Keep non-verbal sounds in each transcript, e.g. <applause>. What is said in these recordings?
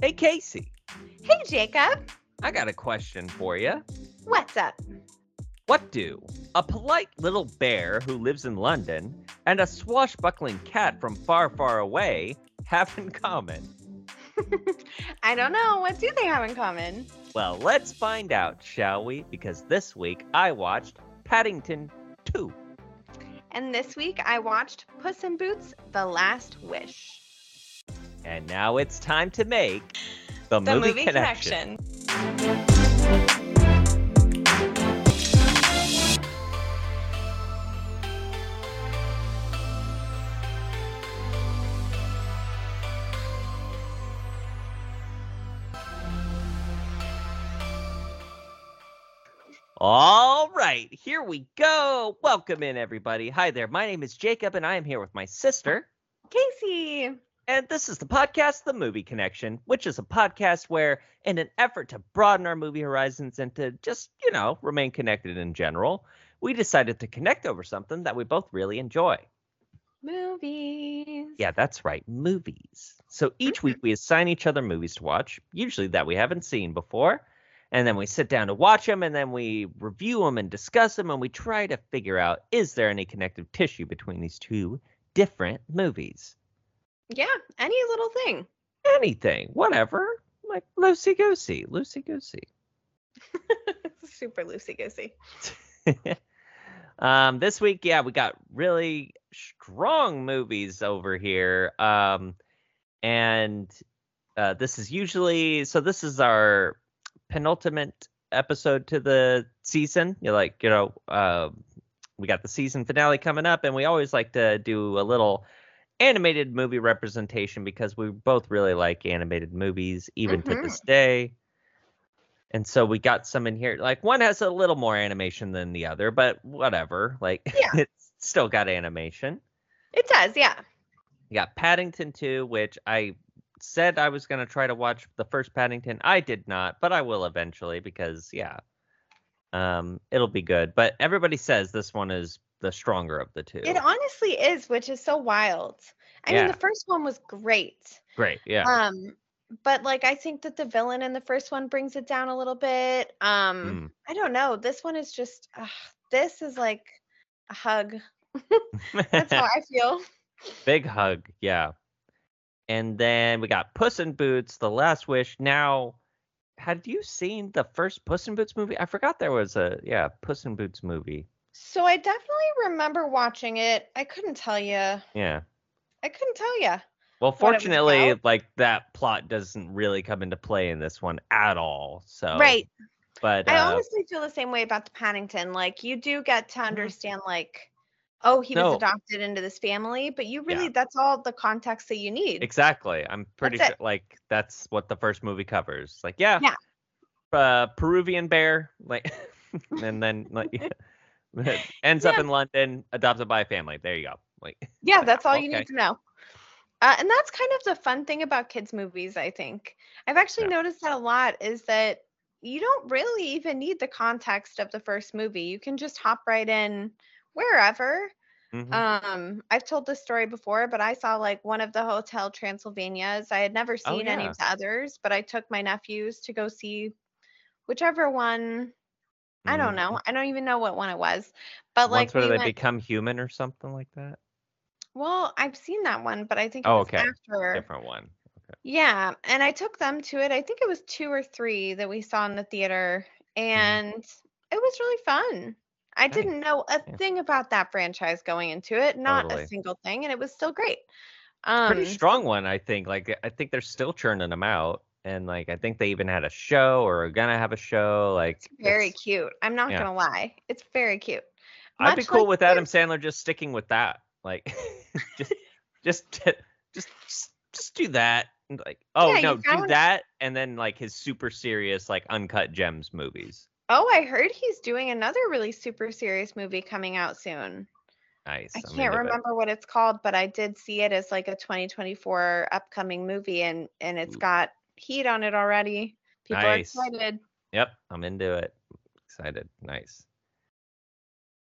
Hey, Casey, Hey, Jacob. I got a question for you. What's up? What do a polite little bear who lives in London and a swashbuckling cat from far, far away have in common? I don't know. What do they have in common? Well, let's find out, shall we? Because this week I watched Paddington 2. And this week I watched Puss in Boots The Last Wish. And now it's time to make the, The movie, movie, connection. connection. All right, here we go. Welcome in, everybody. Hi there. My name is Jacob, and I am here with my sister. Casey. And this is the podcast, The Movie Connection, which is a podcast where, in an effort to broaden our movie horizons and to just, you know, remain connected in general, we decided to connect over something that we both really enjoy. Movies. Yeah, that's right, movies. So each week we assign each other movies to watch, usually that we haven't seen before. And then we sit down to watch them and then we review them and discuss them and we try to figure out is there any connective tissue between these two different movies? Yeah. Any little thing. <laughs> anything, whatever. Like loosey goosey, loosey goosey. Super loosey goosey. um, this week, yeah, we got really strong movies over here. Um, and uh, this is usually so. This is our penultimate episode to the season. You're like, you know, uh, we got the season finale coming up, and we always like to do a little animated movie representation because we both really like animated movies, even to Mhm. this day. And so we got some in here. Like one has a little more animation than the other, but whatever. Like <laughs> Yeah. it's still got animation. It does. Yeah. You got Paddington 2, which I said I was going to try to watch the first Paddington. I did not, but I will eventually because, yeah, um, it'll be good. But everybody says this one is the stronger of the two. It honestly is, which is so wild. I mean, Yeah. the first one was great. Great. Yeah. Um, but like I think that the villain in the first one brings it down a little bit. Mm. Um, I don't know. This one is just ugh, this is like a hug. <laughs> That's how I feel. Mm. Big hug, yeah. And then we got Puss in Boots, The Last Wish. Now, had you seen the first Puss in Boots movie? I forgot there was a yeah Puss in Boots movie. So I definitely remember watching it. I couldn't tell you. I Yeah. couldn't tell you. Well, What it was fortunately, about? like that plot doesn't really come into play in this one at all. So right. but I uh, honestly feel the same way about the Paddington. Like you do get to understand like oh, he Mm-hmm. No. was adopted into this family, but you Yeah. really that's all the context that you need. exactly. I'm pretty That's sure like that's what the first movie covers. Like yeah, Yeah. uh, Peruvian bear, like, <laughs> and then <laughs> like <laughs> yeah, ends up Yeah. in London, adopted by a family. There you go. Like <laughs> Yeah, Like, that's all you okay. need to know. Uh, and that's kind of the fun thing about kids' movies, I think. I've actually Yeah. noticed that a lot is that you don't really even need the context of the first movie. You can just hop right in wherever. mhm. Um, I've told this story before, but I saw like one of the Hotel Transylvanias. I had never seen Oh, any yeah. of the others, but I took my nephews to go see whichever one. I don't Mm. know. I don't even know what one it was. But like Once where we they went- become human or something like that. Well, I've seen that one, but I think it Oh, was okay. after. Different one. Yeah, and I took them to it. I think it was two or three that we saw in the theater, and it was really fun. Mm-hmm. I Nice. didn't know a Yeah. thing about that franchise going into it, not Totally. a single thing, and it was still great. Um, Pretty strong one, I think. Like I think they're still churning them out, and like I think they even had a show or are gonna have a show. Like very it's- cute. I'm not yeah. gonna lie, it's very cute. I'd be Much cool like with their- Adam Sandler just sticking with that. Like <laughs> <laughs> just just just just just do that. And like oh Yeah, you no, do found- that, and then like his super serious like uncut gems movies. Oh, I heard he's doing another really super serious movie coming out soon. Nice. I I'm can't into it. remember what it's called, but I did see it as like a 2024 upcoming movie, and and it's Ooh. got heat on it already. People Nice. are excited. Yep, I'm into it. Excited. Nice.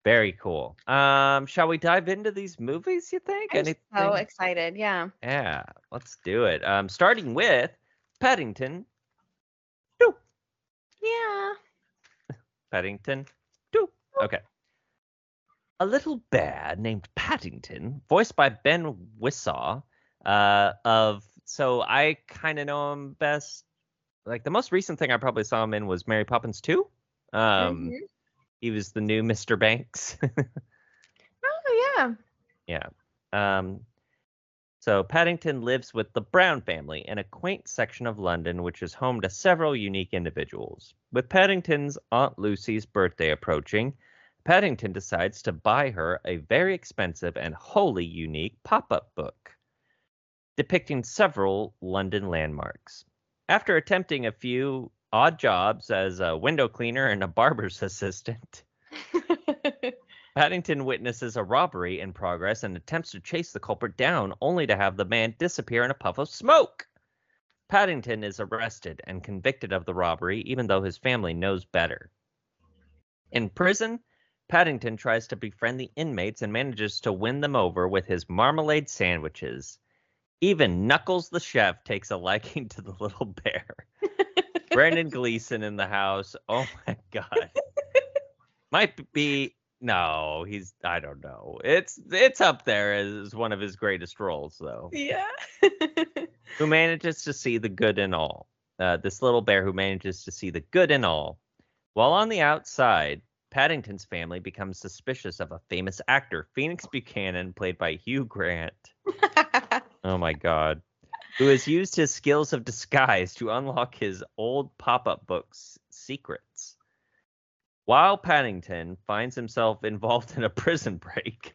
Very cool. Um, shall we dive into these movies, you think? I'm so Anything- excited. Yeah. yeah, let's do it. Um, starting with Paddington Yeah. Paddington. Doo. Okay. A little bear named Paddington, voiced by Ben Wissaw, uh, of so I kind of know him best. Like the most recent thing I probably saw him in was Mary Poppins 2. Um, Mhm. He was the new Mr. Banks. Oh yeah. Um, so Paddington lives with the Brown family in a quaint section of London, which is home to several unique individuals. With Paddington's Aunt Lucy's birthday approaching, Paddington decides to buy her a very expensive and wholly unique pop up book depicting several London landmarks. After attempting a few odd jobs as a window cleaner and a barber's <laughs> assistant, Paddington witnesses a robbery in progress and attempts to chase the culprit down, only to have the man disappear in a puff of smoke. Paddington is arrested and convicted of the robbery, even though his family knows better. In prison, Paddington tries to befriend the inmates and manages to win them over with his marmalade sandwiches. Even Knuckles the chef takes a liking to the little bear. Brandon Gleason in the house. Oh my god. Might be no, he's I don't know. It's it's up there as one of his greatest roles though. yeah. Who manages to see the good in all. Uh, this little bear who manages to see the good in all. While on the outside, Paddington's family becomes suspicious of a famous actor, Phoenix Buchanan, played by Hugh Grant. Oh my god. Who has used his skills of disguise to unlock his old pop up book's secrets. While Paddington finds himself involved in a prison break,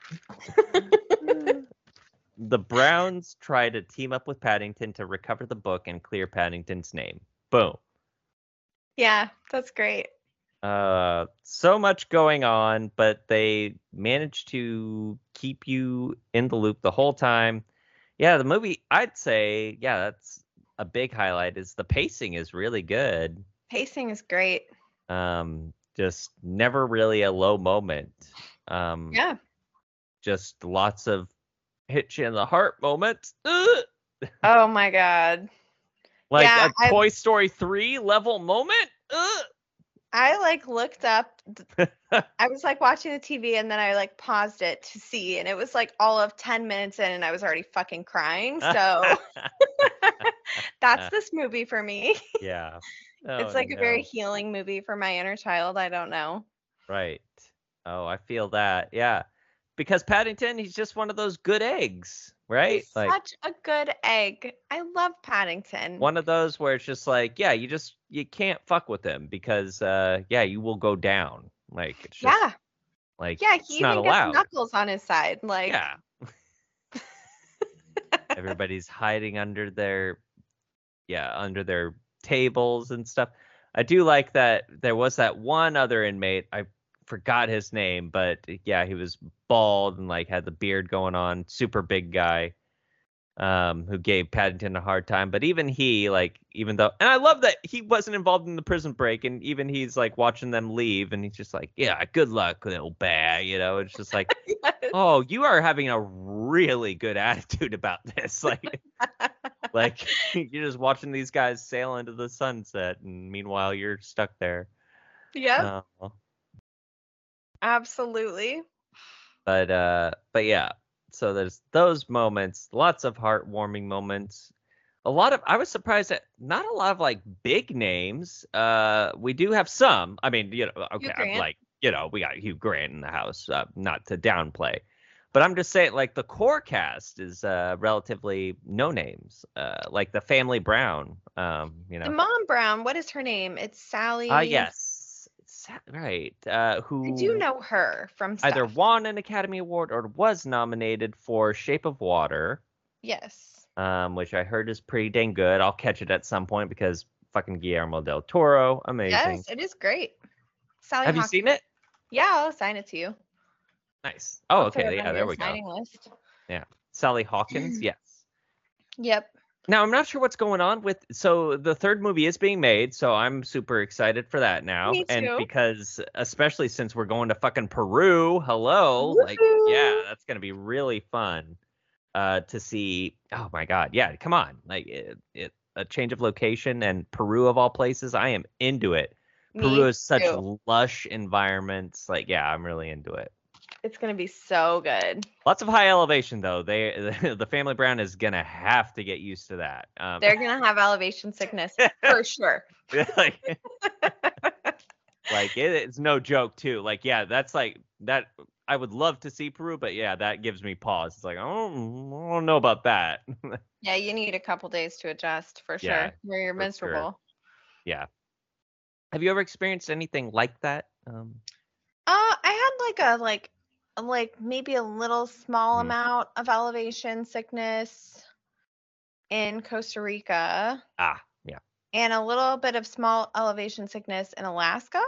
the Browns try to team up with Paddington to recover the book and clear Paddington's name. Boom. yeah, that's great. Uh, so much going on, but they manage to keep you in the loop the whole time. Yeah, the movie, I'd say, yeah, that's a big highlight. Is the pacing is really good. Pacing is great. Um, just never really a low moment. Um, Yeah. just lots of hit you in the heart moments. Ugh! Oh my god. Like Yeah, a I- Toy Story 3 level moment. Ugh! I like looked up. <laughs> th- I was like watching the TV and then I like paused it to see, and it was like all of 10 minutes in, and I was already fucking crying. So <laughs> that's this movie for me. yeah. <laughs> Oh, it's like a very no. healing movie for my inner child. I don't know. Right. Oh, I feel that. Yeah. Because Paddington, he's just one of those good eggs, right? He's like such a good egg. I love Paddington. one of those where it's just like, yeah, you just you can't fuck with him because uh yeah, you will go down. Like it's just yeah, like yeah. it's He not even allowed. gets Knuckles on his side. Like, yeah. Everybody's hiding under their yeah, under their tables and stuff. I do like that there was that one other inmate, I forgot his name, but yeah, he was bald and like had the beard going on, super big guy. Um, who gave Paddington a hard time, but even he, like, even though, and I love that he wasn't involved in the prison break, and even he's like watching them leave, and he's just like, "Yeah, good luck, little bear," you know. It's just like, oh you are having a really good attitude about this like like <laughs> you're just watching these guys sail into the sunset and meanwhile you're stuck there yep, Uh, absolutely. but uh but yeah so there's those moments lots of heartwarming moments a lot of i was surprised that not a lot of like big names uh we do have some i mean you know okay I'm Grant. like you know we got hugh grant in the house uh, not to downplay but i'm just saying like the core cast is uh relatively no names uh like the family brown um you know The mom Brown, what is her name? It's Sally. uh yes Sa- right uh I who do know her from stuff. either won an Academy Award or was nominated for Shape of Water, Yes. um, which I heard is pretty dang good. I'll catch it at some point because fucking Guillermo del Toro, amazing. Yes, it is great. Sally Have you Hawk- seen it? Yeah, I'll sign it to you. Nice. Oh, I'll okay. put it on Yeah, your there we go. signing list. Sally <clears throat> Hawkins, yes. Yep. Now I'm not sure what's going on with. So the third movie is being made, so I'm super excited for that now. Me And too. because especially since we're going to fucking Peru, hello, like yeah, Woohoo. that's gonna be really fun. Uh, to see. Oh my god, yeah, come on, like it, it a change of location and Peru of all places. I am into it. Me Peru is such too. lush environments. Like, yeah, I'm really into it. It's gonna be so good. Lots of high elevation though. They <laughs> the family Brown is gonna have to get used to that. Um, They're gonna have elevation sickness <laughs> for sure. like, like, it- it's no joke too. Like yeah, that's like that. I would love to see Peru, but yeah, that gives me pause. It's like I don't, I don't know about that. Yeah, you need a couple days to adjust for sure. Yeah, where you're for sure. miserable. Have you ever experienced anything like that? Um, Uh, I had like a like like maybe a little small Mm. amount of elevation sickness in Costa Rica ah, yeah. and a little bit of small elevation sickness in Alaska.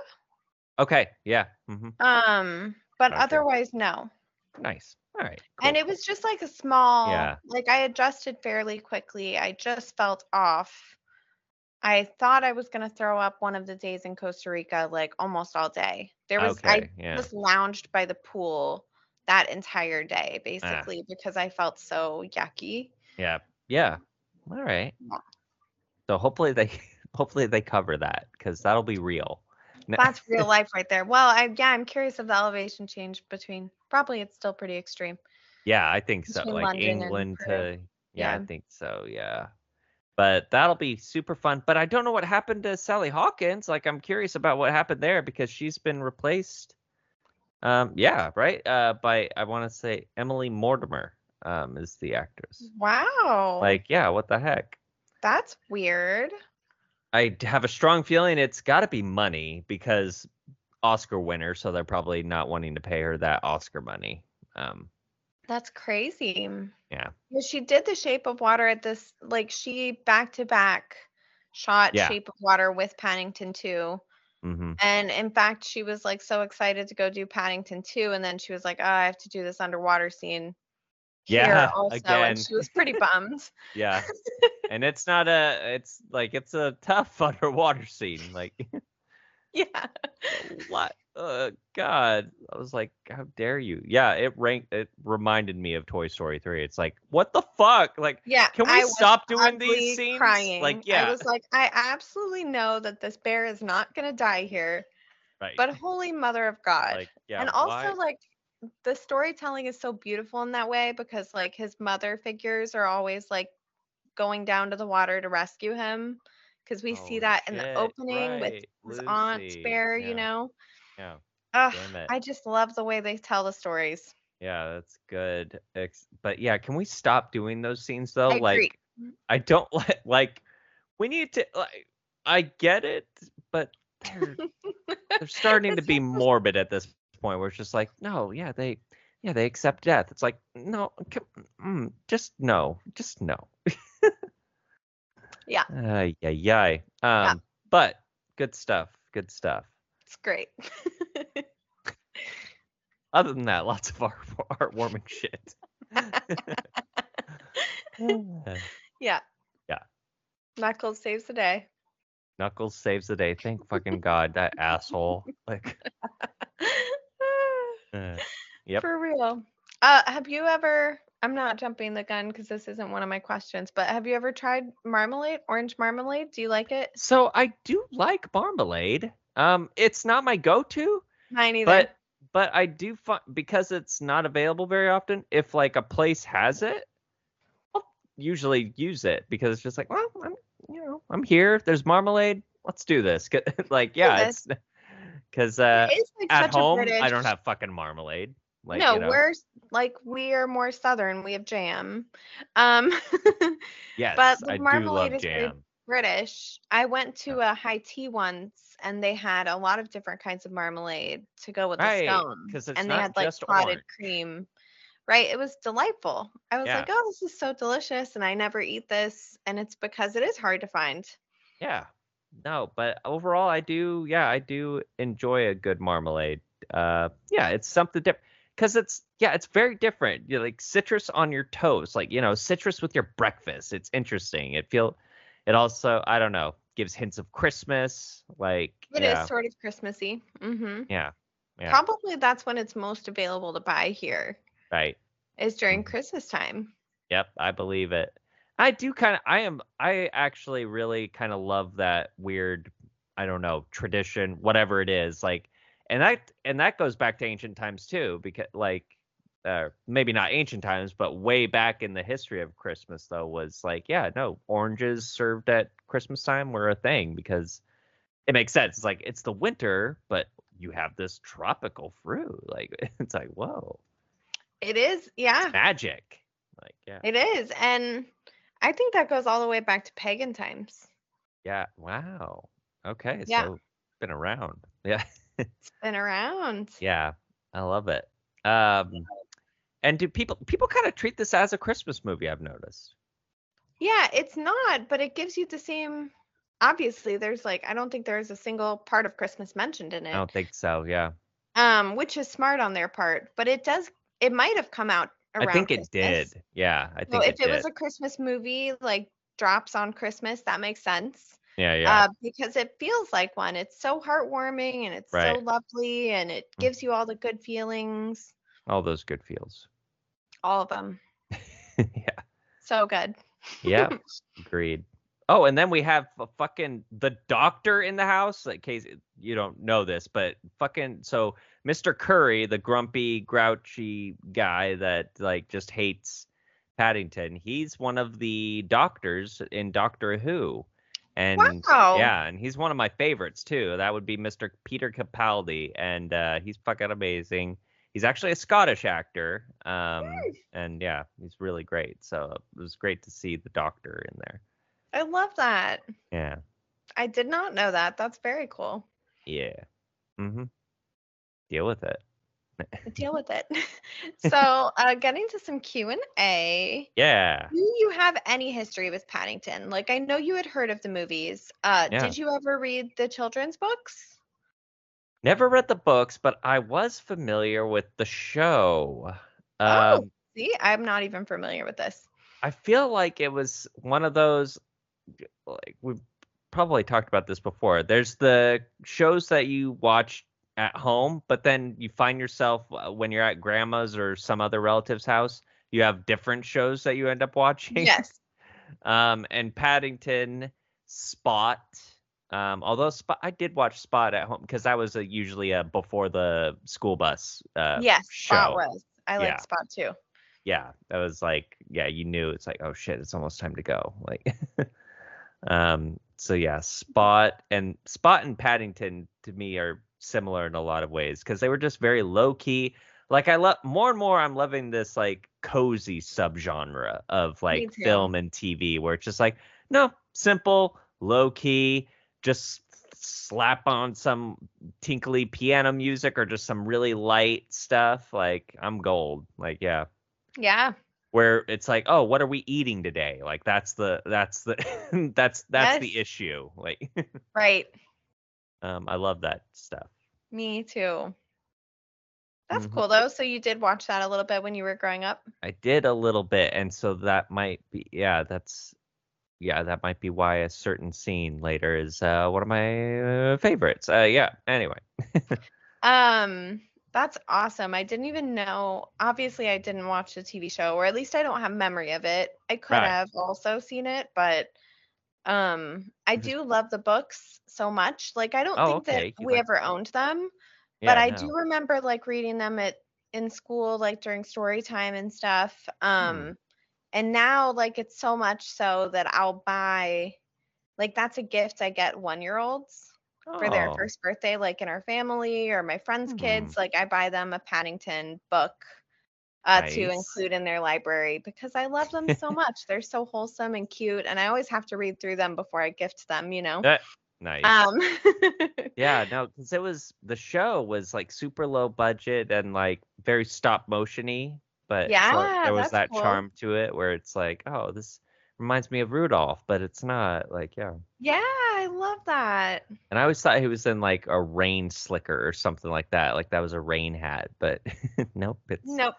Okay, yeah. hmm Um, but Gotcha. otherwise no. Nice. All right. And cool. it was just like a small Yeah. like I adjusted fairly quickly. I just felt off. I thought I was gonna throw up one of the days in Costa Rica, like almost all day. There was I okay. yeah. just lounged by the pool that entire Ah. day basically because I felt so <laughs> yucky. Yeah. Yeah. All right. Yeah. So hopefully they <laughs> hopefully they cover that because that'll be real. No- That's real life right there. Well, I yeah, I'm curious of the elevation change between probably it's still pretty extreme. yeah, I think so. Between Like London and England Peru. to yeah, I Yeah. think so. Yeah. But that'll be super fun. But I don't know what happened to Sally Hawkins. Like I'm curious about what happened there because she's been replaced. Um, yeah, right. Uh, by I want to say Emily Mortimer. Um, is the actress. Wow. Like yeah, what the heck? that's weird. I d- have a strong feeling it's got to be money because Oscar winner, so they're probably not wanting to pay her that Oscar money. Um, That's crazy. Yeah. Well, she did the Shape of Water at this, like she back to back shot Yeah. Shape of Water with Paddington 2. hmm And in fact, she was like so excited to go do Paddington 2. And then she was like, oh, I have to do this underwater scene. here Yeah, <laughs> also. again. And she was pretty bummed. <laughs> Yeah, and it's not a, it's like it's a tough <laughs> underwater scene. Like, yeah. what? Uh, God, I was like, how dare you? Yeah, it ranked. It reminded me of Toy Story three. It's like, what the fuck? Like, Yeah. can we I was stop doing ugly these scenes? Crying. Like, yeah, I was like, I absolutely know that this bear is not going to die here, right. but holy mother of God. like, yeah, and also why- like the storytelling is so beautiful in that way because like his mother figures are always like going down to the water to rescue him because we see Oh, that in the shit, opening right, with his aunt Lucy, bear yeah. you know yeah. Ugh, Damn it. i just love the way they tell the stories Yeah, that's good. Ex- but yeah, can we stop doing those scenes though? I agree. Mm-hmm. like, I don't <laughs> like. Like, we need to. Like, I get it, but <laughs> they're they're starting to That's be morbid at this point. Where it's just like, no, yeah, they, yeah, they accept death. It's like, no, c- mm, just no, just no. <laughs> Yeah. Uh, yeah, yeah. Um, but good stuff. Good stuff. it's great Other than that, <laughs> lots of art, heartwarming <laughs> shit. Uh, yeah Yeah. knuckles saves the day Knuckles saves the day. Thank fucking God, that asshole. Like, uh, Yep. For real. Uh, have you ever? I'm not jumping the gun because this isn't one of my questions, but have you ever tried marmalade, orange marmalade? Do you like it? so I do like marmalade. Um, it's not my go-to, Mine either. but but I do find because it's not available very often. If like a place has it, I'll usually use it because it's just like, well, I'm you know I'm here. There's marmalade. Let's do this. <laughs> 'Cause- like, yeah, it's <laughs> because uh, it is like at such home a British. I don't have fucking marmalade. Like, no, you know, we're s- like we are more southern. We have jam. Um, yes, the I do marmalade love is very jam. British. I went to a high tea once, and they had a lot of different kinds of marmalade to go with Right, the scone, 'cause it's and they not had like just clotted orange. cream. Right, it was delightful. I was Yeah. like, "Oh, this is so delicious," and I never eat this, and it's because it is hard to find. Yeah. No, but overall I do yeah, I do enjoy a good marmalade. Uh yeah, it's something different cuz it's yeah, it's very different. You like citrus on your toast, like you know, citrus with your breakfast. It's interesting. It feel it also, I don't know, gives hints of Christmas like It is yeah. sort of Christmassy. hmm Yeah. Yeah. Probably that's when it's most available to buy here Right. is during Mhm. Christmas time. Yep, I believe it. I do kind of. I am. I actually really kind of love that weird. I don't know tradition, whatever it is. Like, and that and that goes back to ancient times too, because like, uh, maybe not ancient times, but way back in the history of Christmas though was like, yeah, no, oranges served at Christmas time were a thing because it makes sense. It's like it's the winter, but you have this tropical fruit. Like, <laughs> it's like whoa, It is, yeah. it's magic. Like, yeah, It is. And I think that goes all the way back to pagan times. yeah, wow, okay, Yeah. so been around, <laughs> yeah. Been around. Yeah, I love it. Um, and do people people kind of treat this as a Christmas movie? I've noticed. Yeah, it's not, but it gives you the same. Obviously, there's like, I don't think there's a single part of Christmas mentioned in I it, don't think so. Yeah, um, which is smart on their part, but it does, it might have come out around. I think it Christmas. did. Yeah, I So think if it, it, did. was a Christmas movie, like drops on Christmas, that makes sense. yeah, yeah, Uh, because it feels like one. It's so heartwarming and it's so Right. lovely and it Mhm. gives you all the good feelings, all those good <laughs> feels. all of them. <laughs> yeah, So good. yeah, agreed. Oh, and then we have a fucking the doctor in the house. Like, case you don't know this, but fucking so Mr. Curry, the grumpy, grouchy guy that like just hates Paddington. He's one of the doctors in Doctor Who, and wow. yeah, and he's one of my favorites too. That would be Mr. Peter Capaldi, and uh, he's fucking amazing. He's actually a Scottish actor, um, and yeah, he's really great. So it was great to see the Doctor in there. I love that. Yeah, I did not know that. That's very cool. yeah. Mm-hmm. Deal with it. Deal <laughs> with it. <laughs> so, uh, getting to some Q and A. Yeah. Do you have any history with Paddington? Like, I know you had heard of the movies. Uh, Yeah. Did you ever read the children's books? Never read the books, but I was familiar with the show. Oh. Um, See, I'm not even familiar with <laughs> this. I feel like it was one of those like we probably talked about this before. There's the shows that you watch at home, but then you find yourself uh, when you're at grandma's or some other relative's house, you have different shows that you end up watching. Yes. Um and Paddington, Spot. Um although Spot I did watch Spot at home because that was a, usually a before the school bus uh yes. Spot show. was. I Yeah. liked Spot too. yeah, that was like, yeah, you knew it's like, oh shit, it's almost time to go. Like, <laughs> um, so yeah, Spot and Spot and Paddington to me are similar in a lot of ways because they were just very low key. Like I love more and more, I'm loving this like cozy subgenre of like too. film and TV where it's just like, no, simple, low key, just slap on some tinkly piano music or just some really light stuff. Like I'm gold. Like yeah Yeah. where it's like oh what are we eating today like that's the that's the <laughs> that's that's the Yes. issue like <laughs> Right. um i love that stuff Me too. That's Mhm. cool though. So you did watch that a little bit when you were growing up. i did a little bit and so that might be yeah that's yeah that might be why a certain scene later is uh one of my uh, favorites uh yeah anyway Um, that's awesome. I didn't even know. Obviously, I didn't watch the TV show, or at least I don't have memory of it. I could Right. have also seen it, but um, I Mhm. do love the books so much. Like, I don't Oh, think okay, that you we like ever owned them, yeah, but I no. do remember like reading them at in school, like during story time and stuff. Mm-hmm. Um, and now like it's so much so that I'll buy. Like that's a gift I get one year olds for their Oh, Mm-hmm. first birthday, like in our family or my friends' kids. Like I buy them a Paddington book uh, to Nice. include in their library because I love them <laughs> so much. They're so wholesome and cute, and I always have to read through them before I gift them. You know. that- nice Um, <laughs> yeah no because it was the show was like super low budget and like very stop motiony but so Yeah, there was that's that cool. charm to it where it's like oh this reminds me of rudolph but it's not like yeah yeah, I love that. and i always thought he was in like a rain slicker or something like that like that was a rain hat but <laughs> nope it's Nope.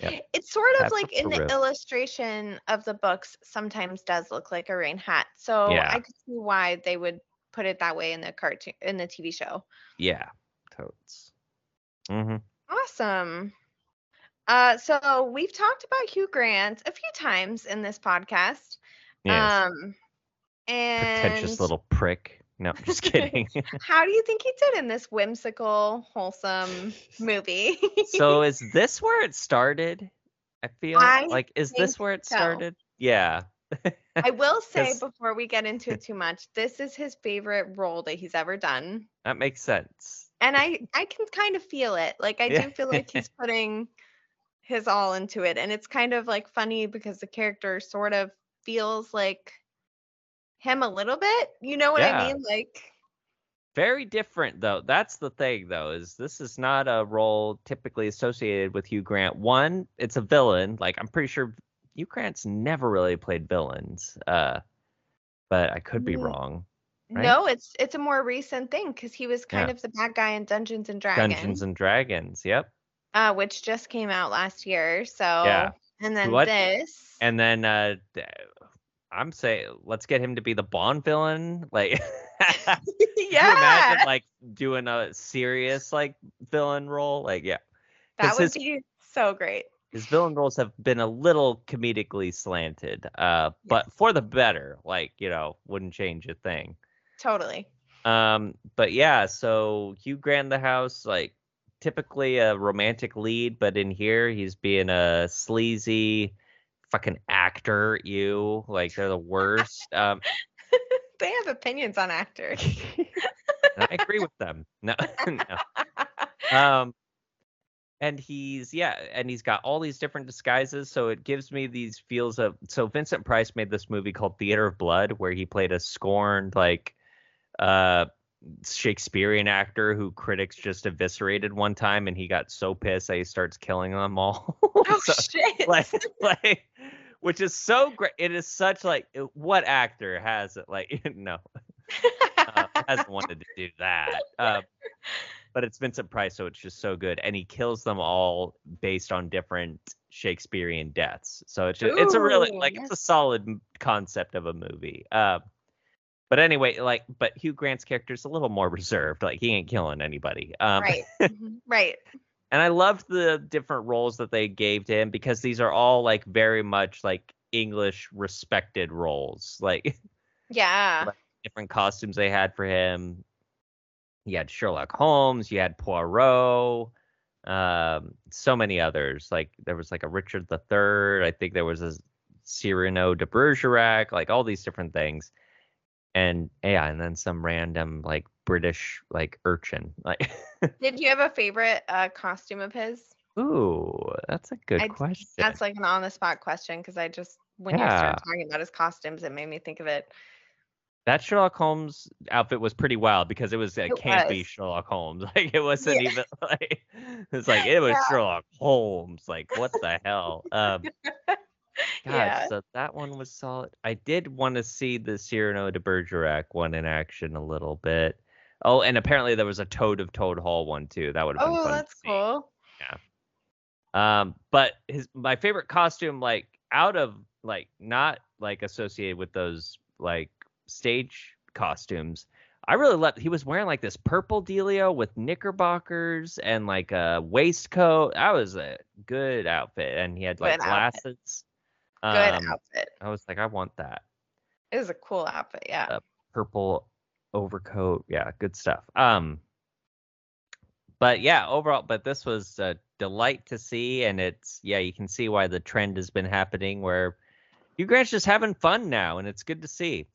Yeah. It's sort of That's a like in the perip. illustration of the books sometimes does look like a rain hat. So Yeah. I could see why they would put it that way in the cartoon in the TV show. yeah totes mm-hmm. Awesome. Uh, so we've talked about Hugh Grant a few times in this podcast. Yes. Um, and Pretentious little prick. No, just <laughs> kidding. how do you think he did in this whimsical, wholesome movie? <laughs> so is this where it started? I feel I like is think this where it so. started? Yeah. <laughs> I will say 'Cause- before we get into it too much, this is his favorite role that he's ever done. That makes sense. And I I can kind of feel it. Like I Yeah. do feel like <laughs> he's putting his all into it and it's kind of like funny because the character sort of feels like him a little bit. You know what I Yeah. mean? Like Very different though. That's the thing though, is this is not a role typically associated with Hugh Grant. One, it's a villain. Like I'm pretty sure Hugh Grant's never really played villains. Uh but I could be Mm. wrong. Right? no, it's it's a more recent thing cuz he was kind Yeah. of the bad guy in Dungeons and Dragons. Dungeons and Dragons, yep. uh, which just came out last year. So and then What- this. <laughs> And then uh d- I'm saying let's get him to be the Bond villain. Like <laughs> Can you yeah. imagine like doing a serious like villain role? Like yeah. That 'cause would his- be so great. His villain roles have been a little comedically slanted, uh, but for the better. Like, you know, wouldn't change a thing. Totally. Um, but yeah, so Hugh Grant in the house, like typically a romantic lead, but in here he's being a sleazy fucking actor, you like they're the worst. Um They have opinions on actors. <laughs> and I agree with them. <laughs> No, no. um and he's yeah and he's got all these different disguises so it gives me these feels of so vincent price made this movie called theater of blood where he played a scorned like uh shakespearean actor who critics just eviscerated one time and he got so pissed that he starts killing them all <laughs> oh So, <laughs> shit. like, like which is so great it is such like what actor has it like <laughs> no uh, hasn't wanted to do that. Uh, but it's Vincent Price, so it's just so good, and he kills them all based on different Shakespearean deaths. So it's just, it's a really Ooh, like it's a solid m- concept of a movie. Uh, but anyway, like, but Hugh Grant's character's a little more reserved. Like he ain't killing anybody. Um, right. <laughs> Mhm. Right. and I loved the different roles that they gave to him because these are all like very much like English respected roles. Like <laughs> Yeah. Like- different costumes they had for him. You had Sherlock Holmes, you had Poirot, um, so many others. Like there was like a Richard the Third. I think there was a Cyrano de Bergerac, like all these different things. And yeah, and then some random like British like urchin. <laughs> Like Did you have a favorite uh, costume of his? ooh, that's a good I- question. That's like an on the spot question because I just when you started talking about his costumes, it made me think of it. that Sherlock Holmes outfit was pretty wild because it was a It campy was. Sherlock Holmes. <laughs> Like it wasn't even like <laughs> it's like it was Yeah. Sherlock Holmes. Like what the hell? <laughs> Um, God, Yeah. so that one was solid. I did want to see the Cyrano de Bergerac one in action a little bit. Oh, and apparently there was a Toad of Toad Hall one too. That would have been Oh, fun. to that's see. cool. Um, but his my favorite costume, like out of like not like associated with those like stage costumes, I really loved. He was wearing like this purple dealio with knickerbockers and like a waistcoat. That was a good outfit, and he had like Good outfit. glasses. Good Um, outfit. I was like, I want that It was a cool outfit. Yeah. uh, purple overcoat. Yeah, good stuff. Um but yeah, overall, but this was a delight to see and it's yeah, you can see why the trend has been happening where Hugh Grant's just having fun now and it's good to see.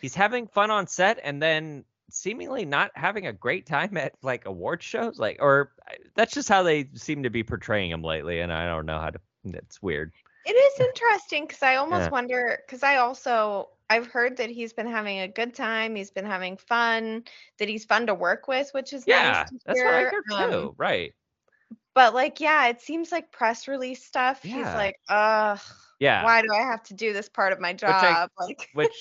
He's having fun on set and then seemingly not having a great time at like award shows like or I- that's just how they seem to be portraying him lately and I don't know how to it's weird. It is interesting because I almost Yeah. wonder because I also I've heard that he's been having a good time, he's been having fun, that he's fun to work with, which is Yeah, nice to that's what I hear. heard um, too. right. but like, yeah, it seems like press release stuff. He's Yeah. like, ugh, Yeah. why do I have to do this part of my I- job? <laughs> like, which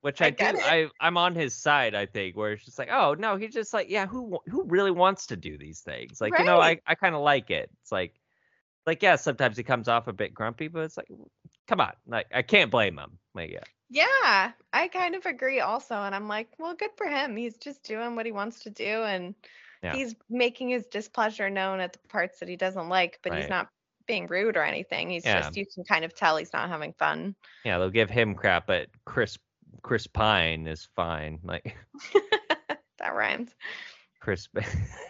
which I, I do get it. I I'm on his side I think where it's just like oh no he's just like yeah who wa- who really wants to do these things like you know I Right. I kind of like it it's like like yeah sometimes he comes off a bit grumpy but it's like come on like I can't blame him like yeah yeah, I kind of agree also, and I'm like, well, good for him. He's just doing what he wants to do, and Yeah. he's making his displeasure known at the parts that he doesn't like, but he's Right. not being rude or anything. He's Yeah. just you can kind of tell he's not having fun. Yeah, they'll give him crap, but Chris Chris Pine is fine. Like That rhymes. Chris.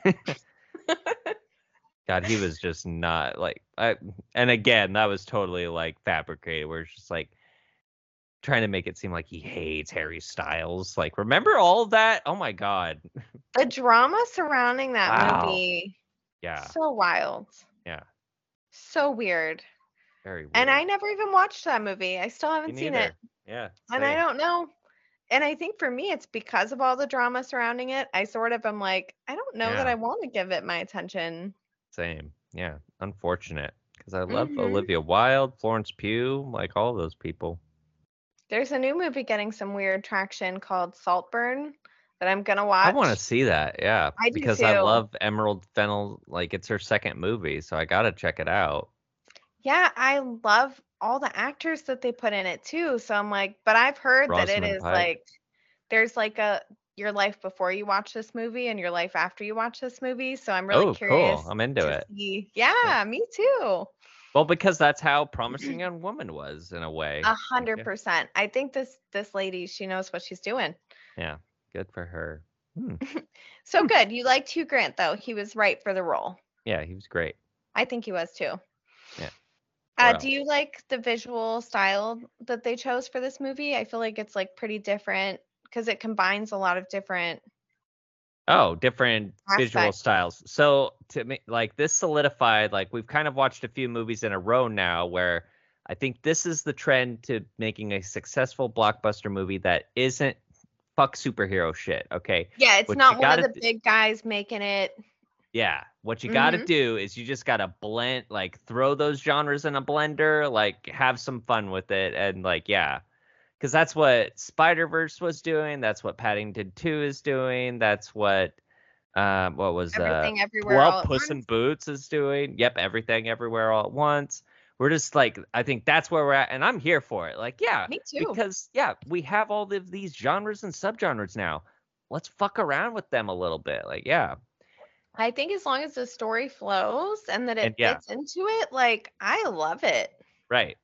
<laughs> God, he was just not like. I, and again, that was totally like fabricated. Where it's just like trying to make it seem like he hates Harry Styles. Like, remember all of that? Oh my God. The drama surrounding that Wow. movie Yeah, so wild. Yeah. So weird. very. Weird. And I never even watched that movie. I still haven't Me seen neither. it. Yeah. And I same. don't know. And I think for me, it's because of all the drama surrounding it. I sort of am like, I don't know that Yeah. I want to give it my attention. Same. Yeah. Unfortunate. Because I love Mhm. Olivia Wilde, Florence Pugh, like all those people. There's a new movie getting some weird traction called Saltburn that I'm gonna watch. I want to see that. Yeah. I do because I too. love Emerald Fennel. Like, it's her second movie. So I got to check it out. Yeah, I love all the actors that they put in it too. So I'm like, but I've heard that Rosamund it is Pike. like there's like a your life before you watch this movie and your life after you watch this movie. So I'm really oh, curious. cool. I'm into to it. see- Yeah, me too. Well, because that's how Promising Young Woman was in a way. A hundred Okay. percent. I think this this lady, she knows what she's doing. Good for her. Hmm. So good. You liked Hugh Grant though. He was right for the role. Yeah, he was great. I think he was too. Yeah. Uh, Or do you like the visual style that they chose for this movie? I feel like it's like pretty different because it combines a lot of different. Oh, different visual Aspect. styles. So to me, like this solidified, like we've kind of watched a few movies in a row now where I think this is the trend to making a successful blockbuster movie that isn't fuck superhero shit. Okay. Yeah, it's What you not one of gotta the d- big guys making it. Yeah. What you got to Mm-hmm. do is you just got to blend, like throw those genres in a blender, like have some fun with it. And like, yeah. Because that's what Spider Verse was doing. That's what Paddington 2 is doing. That's what, um, what was uh, Everything, everywhere, all well at puss in once. boots is doing yep everything everywhere all at once we're just like i think that's where we're at and i'm here for it like yeah Me too. because yeah we have all of these genres and subgenres now let's fuck around with them a little bit like yeah I think as long as the story flows and that it And yeah. fits into it, like I love it. right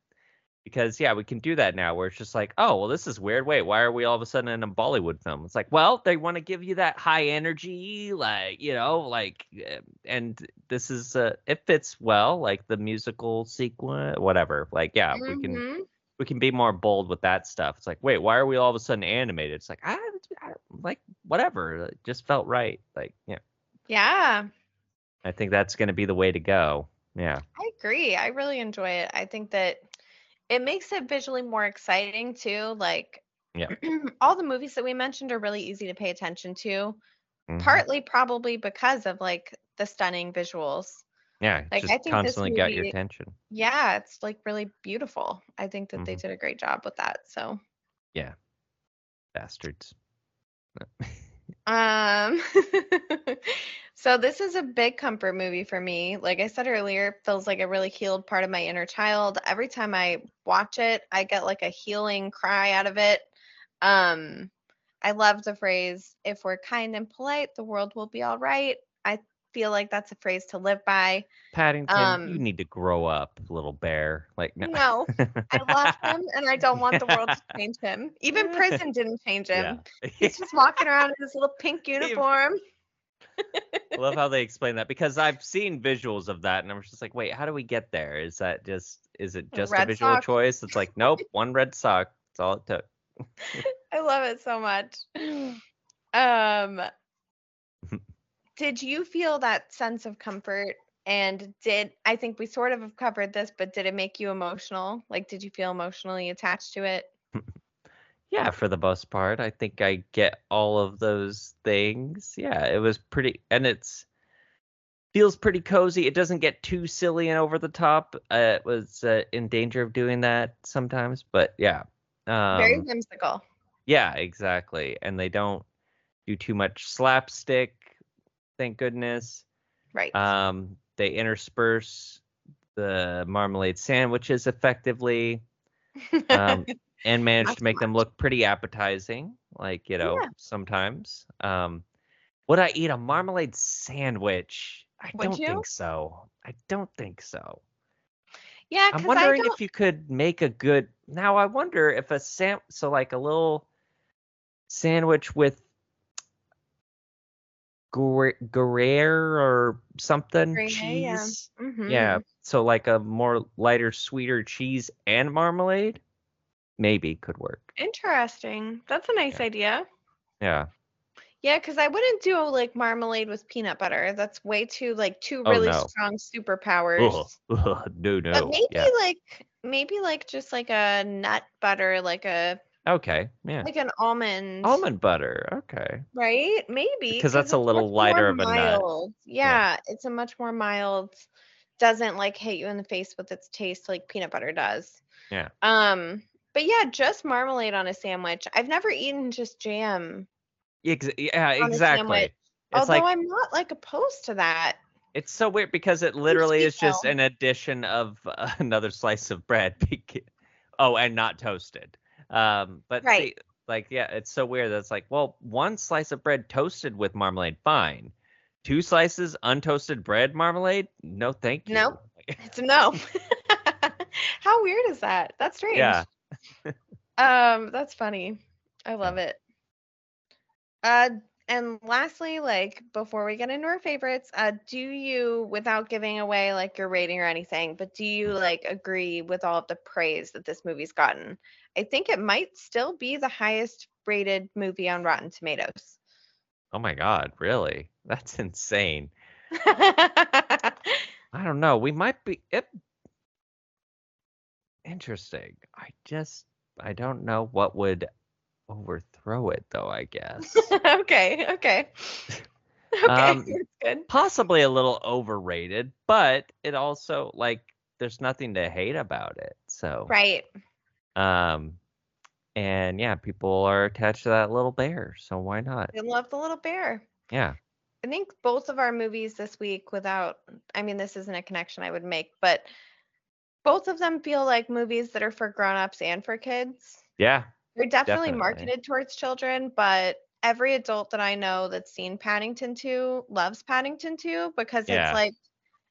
because yeah we can do that now where it's just like oh well this is weird wait why are we all of a sudden in a bollywood film it's like well they want to give you that high energy like you know like eh, and this is uh it fits well like the musical sequence whatever like yeah we can Mhm. we can be more bold with that stuff. It's like, wait, why are we all of a sudden animated? It's like, I, I like whatever. It just felt right. Like, yeah, Yeah, I think that's gonna be the way to go. Yeah, I agree. I really enjoy it. I think that it makes it visually more exciting too. Like Yeah. <clears throat> all the movies that we mentioned are really easy to pay attention to. Mhm. partly probably because of like the stunning visuals. yeah, like, I like, just think this constantly got your movie- attention. Yeah, it's like really beautiful. I think that they Mhm. did a great job with that. So, Bastards. um <laughs> so this is a big comfort movie for me. Like I said earlier, it feels like a really healed part of my inner child. Every time I watch it, I get like a healing cry out of it. Um I love the phrase if we're kind and polite, the world will be all right. I feel like that's a phrase to live by. Paddington, you Um, need to grow up, little bear. Like, no. No. I love <laughs> him and I don't want the world to change him. Even prison didn't change him. Yeah. He's just walking around in his little <laughs> pink uniform. I <laughs> love how they explain that because I've seen visuals of that, and I'm just like, wait, how do we get there? Is that just is it just a red visual sock. choice? It's like, <laughs> nope, one red sock. That's all it took. I love it so much. Um did you feel that sense of comfort and did I think we sort of have covered this, but did it make you emotional? Like did you feel emotionally attached to it? Yeah, for the most part, I think I get all of those things. Yeah, it was pretty, and it's feels pretty cozy. It doesn't get too silly and over the top. Uh, it was uh, in danger of doing that sometimes, but yeah, um, Very whimsical. yeah, exactly. And they don't do too much slapstick. Thank goodness. Right. Um, they intersperse the marmalade sandwiches effectively <laughs> um, and managed Not to make them much. look pretty appetizing. Like you know, Yeah. sometimes. Um, would I eat a marmalade sandwich? I Would don't you? think so. I don't think so. Yeah, I'm because I wondering don't. if you could make a good. Now I wonder if a sam so like a little sandwich with gre- Gruyere or something Gruyere, yeah. cheese. Mhm. Yeah. So like a more lighter, sweeter cheese and marmalade, maybe could work. Interesting. That's a nice Yeah. idea. Yeah. Yeah, because I wouldn't do like marmalade with peanut butter. That's way too like two Oh, really no. strong superpowers. Ugh, ugh, <laughs> no, no. But maybe yeah. like maybe like just like a nut butter, like a Okay. Yeah. like an almond, Almond butter. Okay. right? Maybe Because that's a it's little much more lighter of a nut. mild. Yeah, it's a much more mild. Doesn't like hit you in the face with its taste like peanut butter does. Yeah. Um. But yeah, just marmalade on a sandwich. I've never eaten just jam. Ex- yeah. on a Exactly. sandwich. It's Although like I'm not like opposed to that. It's so weird because it literally sweet is just though. an addition of <laughs> uh, another slice of bread. <laughs> bec- Oh, and not toasted. Um, but Right. see, like, yeah, it's so weird. That's like, well, one slice of bread toasted with marmalade, fine. Two slices untoasted bread marmalade, no, thank you. Nope. It's <laughs> a no. <laughs> How weird is that? That's strange. Yeah. <laughs> Um, that's funny. I love it. Uh and lastly, like before we get into our favorites, uh do you without giving away like your rating or anything, but do Mm-hmm. you like agree with all of the praise that this movie's gotten? I think it might still be the highest rated movie on Rotten Tomatoes. <laughs> Oh my God, really? That's insane. I don't know. We might be. It... Interesting. I just, I don't know what would overthrow it, though, I guess. okay, okay. <laughs> Okay, Um, that's good. possibly a little overrated, but it also like there's nothing to hate about it. So Right. um and yeah, people are attached to that little bear, so why not? I love the little bear. Yeah. I think both of our movies this week, without, I mean, this isn't a connection I would make, but both of them feel like movies that are for grown-ups and for kids. <laughs> Yeah. <laughs> They're definitely, Definitely. marketed towards children, but every adult that I know that's seen Paddington 2 loves Paddington 2 because Yeah. it's like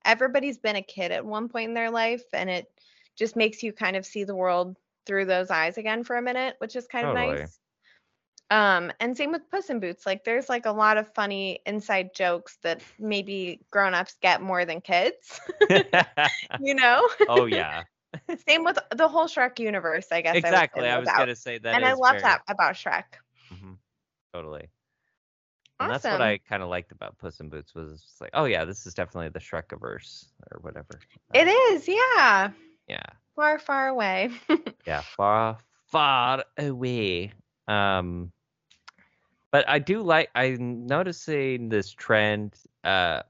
everybody's been a kid at one point in their life and it just makes you kind of see the world through those eyes again for a minute, which is kind of Totally. nice. Um, and same with Puss in Boots. Like there's like a lot of funny inside jokes that maybe grown-ups get more than kids, <laughs> <laughs> you know? oh <laughs> yeah. same with the whole Shrek universe, I guess. I would say Exactly. I those was out. gonna say that. and I is love very- that about Shrek. Mhm, Totally. And that's what Awesome. I kind of liked about Puss in Boots was it's like, oh yeah, this is definitely the Shrekiverse or whatever. It is, yeah. Yeah. Far, far away. <laughs> yeah far far away um but i do like i'm noticing this trend uh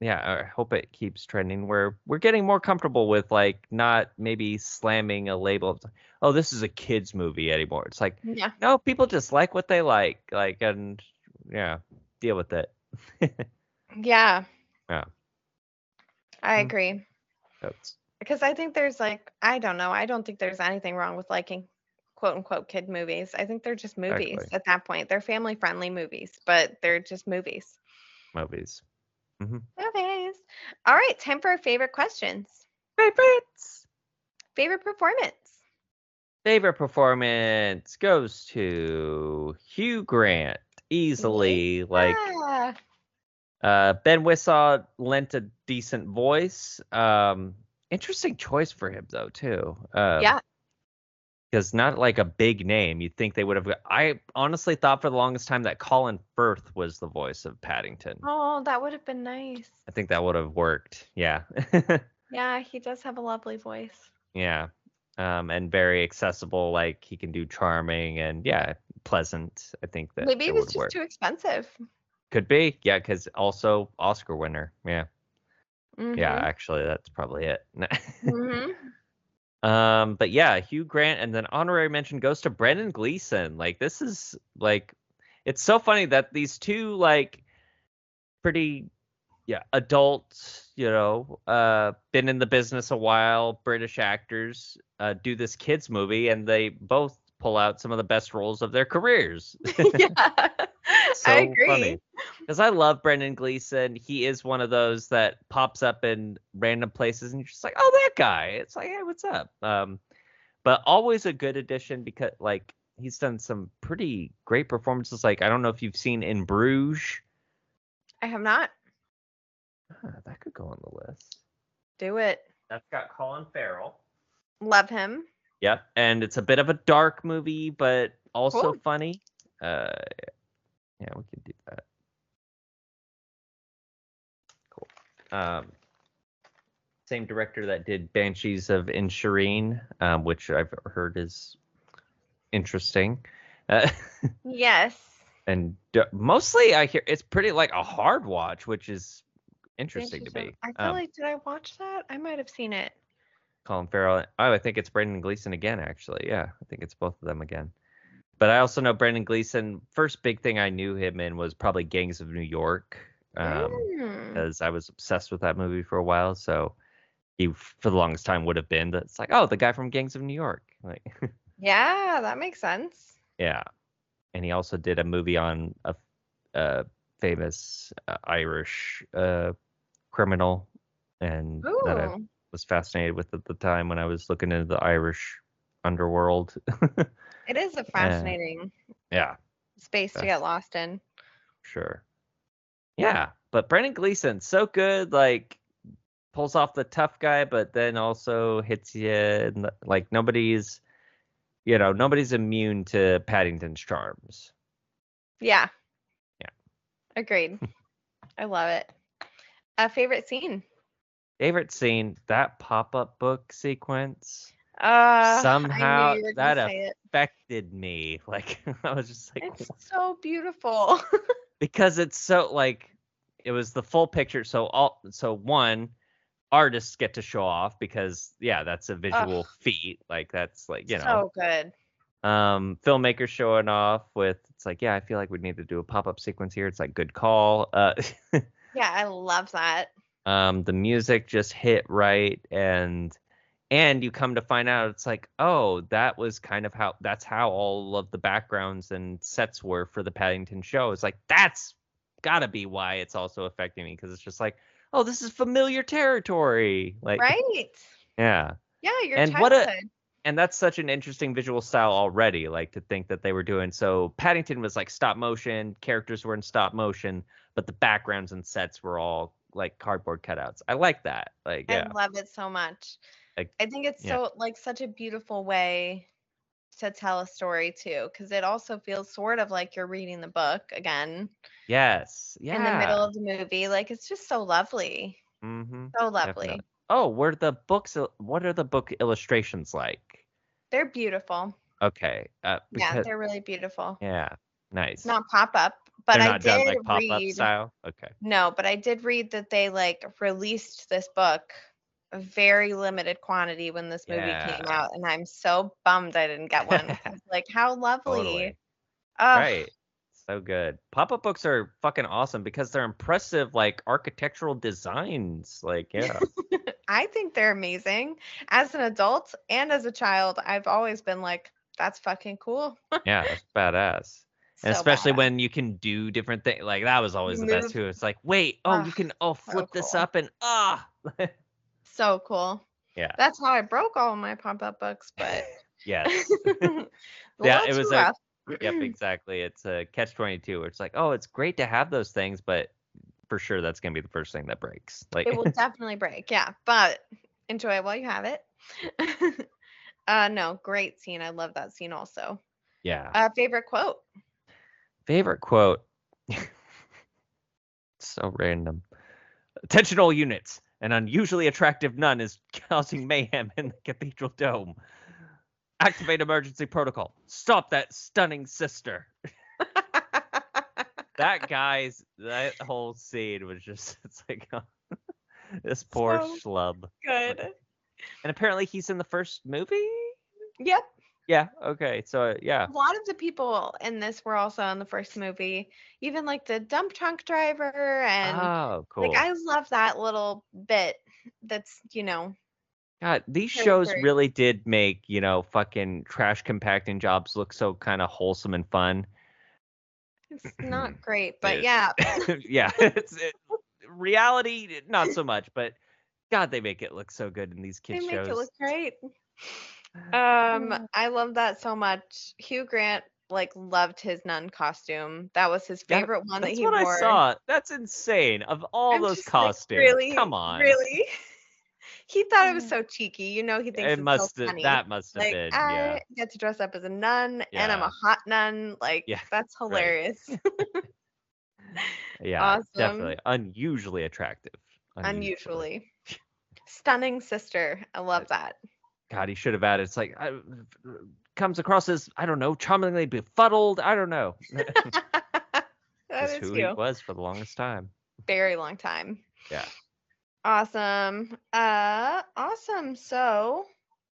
yeah i hope it keeps trending where we're getting more comfortable with like not maybe slamming a label of, oh this is a kids movie anymore it's like yeah. no people just like what they like like and yeah deal with it <laughs> Yeah. Yeah. I Mm. agree. That's- Because I think there's like, I don't know. I don't think there's anything wrong with liking quote unquote kid movies. I think they're just movies Exactly. at that point. They're family friendly movies, but they're just movies. movies Movies. All right. Time for our favorite questions. favorites Favorite performance. Favorite performance goes to Hugh Grant easily. Like yeah. uh, Ben Whishaw lent a decent voice. Um, interesting choice for him though too. Um, Yeah. because not like a big name. You'd think they would have. I honestly thought for the longest time that Colin Firth was the voice of Paddington. Oh, that would have been nice. I think that would have worked. Yeah, <laughs> Yeah, he does have a lovely voice. yeah, um, and very accessible. Like he can do charming and yeah, pleasant. I think that Maybe it it was would just work. too expensive. Could be, yeah, because also Oscar winner. Yeah, Mm-hmm. yeah, actually, that's probably it. <laughs> hmm um, but yeah, Hugh Grant, and then honorary mention goes to Brendan Gleeson. Like this is like, it's so funny that these two like, pretty, yeah, adult, you know, uh, been in the business a while, British actors, uh, do this kids <laughs> movie, and they both pull out some of the best roles of their careers. yeah. so I agree. funny. Because I love Brendan Gleeson. He is one of those that pops up in random places and you're just like, oh, that guy. It's like, hey, what's up? Um, but always a good addition because like he's done some pretty great performances. Like I don't know if you've seen in Bruges. I have not. Ah, that could go on the list. Do it. That's got Colin Farrell. Love him. Yep, and it's a bit of a dark movie, but also Cool. funny. Uh, yeah, we can do that. Cool. Um, same director that did Banshees of Inisherin, um, which I've heard is interesting, uh, <laughs> Yes. and d- mostly I hear it's pretty like a hard watch, which is interesting, to Interesting. me. I feel Um, like did I watch that? I might have seen it. Colin Farrell. Oh, I think it's Brendan Gleeson again, actually. Yeah, I think it's both of them again. But I also know Brendan Gleeson. First big thing I knew him in was probably Gangs of New York, um, Mm. because I was obsessed with that movie for a while. So he, for the longest time, would have been that's like, oh, the guy from Gangs of New York. Like, <laughs> Yeah, that makes sense. yeah. And he also did a movie on a, a famous uh, Irish uh, criminal, and Ooh. that I was fascinated with at the time when I was looking into the Irish underworld. <laughs> It is uh, a fascinating yeah, space to that's- get lost in. sure. Yeah, but Brendan Gleeson, so good, like pulls off the tough guy, but then also hits you in the, like nobody's, you know, nobody's immune to Paddington's charms. Yeah. Yeah. <laughs> Agreed. I love it. A favorite scene. Favorite scene, that pop-up book sequence Uh, I knew Somehow you were gonna that uh, a- say <laughs> it. affected me. <laughs> Like I was just like, it's so beautiful. <laughs> because it's so like it was the full picture so all so one artists get to show off because yeah that's a visual feat like that's like you know so good. um filmmakers showing off with it's like yeah i feel like we need to do a pop-up sequence here it's like good call uh Yeah, I love that. um the music just hit right and and you come to find out it's like oh that was kind of how that's how all of the backgrounds and sets were for the paddington show it's like that's gotta be why it's also affecting me because it's just like oh this is familiar territory like right? yeah Yeah, your and what childhood. a- and that's such an interesting visual style already like to think that they were doing so paddington was like stop motion characters were in stop motion but the backgrounds and sets were all like cardboard cutouts i like that like yeah I love it so much. Like, I think it's yeah. so like such a beautiful way to tell a story too, because it also feels sort of like you're reading the book again yes yeah in the middle of the movie. Like it's just so lovely, mm-hmm. so lovely. Definitely. oh were the books il- what are the book illustrations like They're beautiful. okay uh, yeah, because, they're really beautiful. yeah nice It's not pop up, but they're I not did done like pop-up read. style okay No, but I did read that they like released this book a very limited quantity when this movie came Yeah. out, and I'm so bummed I didn't get one. <laughs> 'cause, like how lovely. totally Ugh, Right. So good. Pop-up books are fucking awesome because they're impressive, like architectural designs. Like, <laughs> yeah. I think they're amazing. As an adult and as a child, I've always been like, that's fucking cool. yeah, that's badass. And So especially badass. when you can do different things. Like that was always You the best move- too. It's like, wait, oh, you Ugh, can oh flip this cool. up and ah. so cool. Yeah. That's how I broke all my pop up books, but yes. Yeah, yeah, it was a- yep, <clears throat> exactly. It's a catch twenty two where it's like, oh, it's great to have those things, but for sure that's gonna be the first thing that breaks. Like <laughs> it will definitely break. Yeah, but enjoy it while you have it. <laughs> uh no, great scene. I love that scene also. yeah. Uh favorite quote. Favorite quote. <laughs> so random. Attention all units. An unusually attractive nun is <laughs> causing mayhem in the cathedral dome. Activate emergency protocol. Stop that stunning <laughs> sister. That guy's that whole scene was just <laughs> it's like this poor So- schlub. Good. And apparently he's in the first movie? Yep. Yeah, okay. So uh, yeah. A lot of the people in this were also in the first movie, even like the dump truck driver and oh, cool. Like I love that little bit that's, you know, God, these Very shows true. really did make, you know, fucking trash compacting jobs look so kind of wholesome and fun. It's <clears throat> not great, but yeah. <laughs> yeah, <laughs> it's it, reality not so much, but God, they make it look so good in these They kids make shows. it look great. Um, I love that so much. Hugh Grant like loved his nun costume. That was his Yeah, favorite one that That's he what wore. I saw. That's insane. Of all I'm those just like, costumes, really, come on, Really? <laughs> he thought it was Mm. so cheeky. You know, he thinks it it's must so have, funny. that must have like been I yeah. get to dress up as a nun and I'm Yeah. a hot nun. Like Yeah, that's <laughs> hilarious. Yeah, Awesome. definitely unusually attractive. Unusually. Stunning sister. I love that. God, he should have added. It's like I, comes across as I don't know, charmingly befuddled. I don't know. that Is is who he you. was for the longest time. Very long time. Yeah. Awesome. Uh awesome. So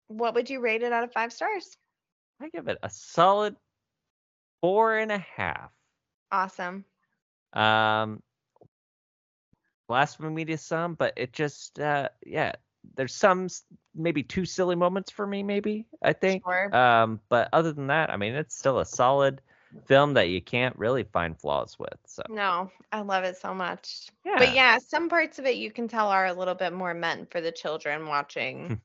what would you rate it out of five stars? I give it a solid four and a half. Awesome. Um, blasphemy to some, but it just uh, yeah. There's some s- maybe two silly moments for me, maybe I think. Sure. Um, but other than that, I mean, it's still a solid film that you can't really find flaws with. So No, I love it so much. yeah, But yeah, some parts of it you can tell are a little bit more meant for the children watching,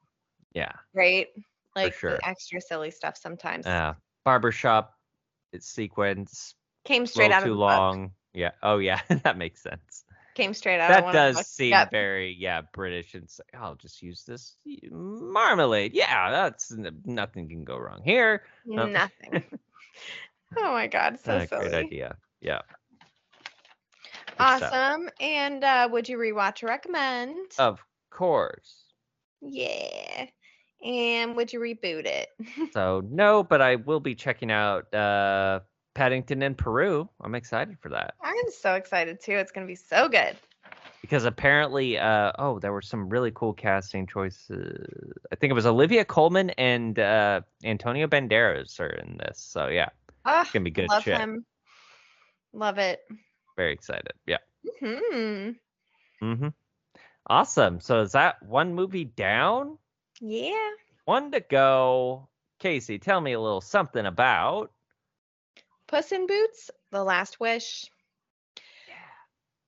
yeah. right? Like Hmm. sure. the extra silly stuff sometimes. Uh, barbershop sequence Came straight little out of too the book. long. Yeah. Oh yeah, <laughs> that makes sense. Came straight out of that one of the does books. seem Yep. very yeah British. And say, I'll just use this marmalade. Yeah, that's n- nothing can go wrong here. Oh. <laughs> nothing. oh my god, so Uh, silly. great idea. Yeah. Good stuff. Awesome. And uh, would you rewatch or recommend? Of course. Yeah. And would you reboot it? <laughs> So no, but I will be checking out uh Paddington in Peru. I'm excited for that I'm so excited too. It's gonna be so good. because apparently, uh oh, there were some really cool casting choices. I think it was Olivia Colman and uh Antonio Banderas are in this. So yeah, Oh, it's gonna be good love shit. him. Love it. Very excited. Yeah. Hmm. Mm-hmm. Awesome. So is that one movie down? Yeah. One to go. Casey, tell me a little something about. Puss in Boots, The Last Wish.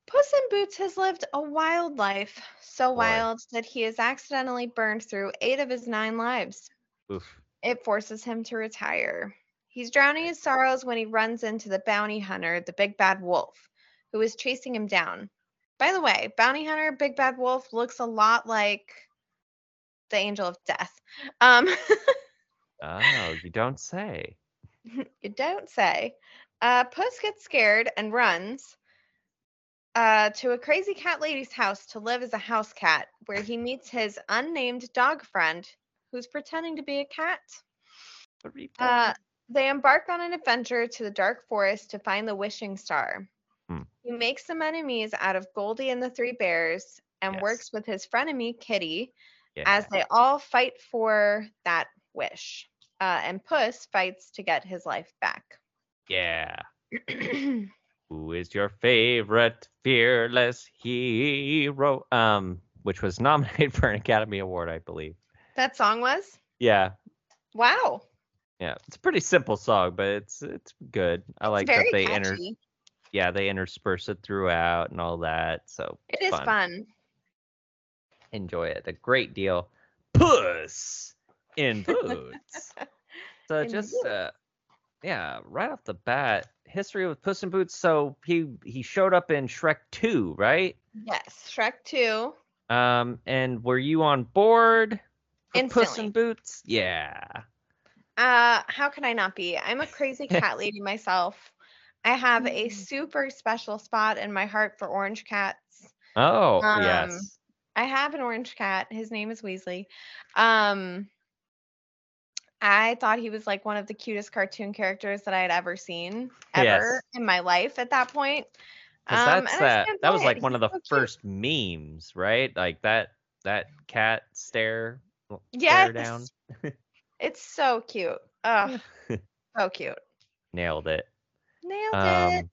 Puss in Boots has lived a wild life, so Boy. wild that he has accidentally burned through eight of his nine lives. Oof. It forces him to retire. He's drowning his sorrows when he runs into the bounty hunter, the big bad wolf, who is chasing him down. By the way, bounty hunter, big bad wolf looks a lot like the angel of death. Um, <laughs> Oh, you don't say. you don't say. Uh, Puss gets scared and runs uh, to a crazy cat lady's house to live as a house cat, where he meets his unnamed dog friend who's pretending to be a cat. Three Uh, they embark on an adventure to the dark forest to find the wishing star. Hmm. He makes some enemies out of Goldie and the three bears and Yes. works with his frenemy Kitty Yeah. as they all fight for that wish. Uh, and Puss fights to get his life back. <clears throat> yeah. Who is your favorite fearless hero? Um, which was <laughs> nominated for an Academy Award, I believe. that song was Yeah. wow. Yeah. It's a pretty simple song, but it's it's good. I like it's that very they catchy. inter yeah, they intersperse it throughout and all that. So it is fun. fun. enjoy it a great deal. Puss in <laughs> boots. so In just boots. uh, yeah, right off the bat, history with Puss in Boots. So he he showed up in Shrek Two, right? Yes, Shrek Two. Um, and were you on board for Puss Instantly. in Boots? Yeah. Uh, how can I not be? I'm <laughs> a crazy cat lady myself. I have a Hmm. super special spot in my heart for orange cats. Oh Um, yes. I have an orange cat. His name is Weasley. Um, I thought he was like one of the cutest cartoon characters that I had ever seen ever Yes. in my life at that point. 'Cause Um, that's and I that. stand That by was it. like one of the He's so cute. first memes, right? Like that that cat stare. well, yes. stare down. It's so cute. <laughs> Oh, so cute. Nailed it. Nailed it. Um,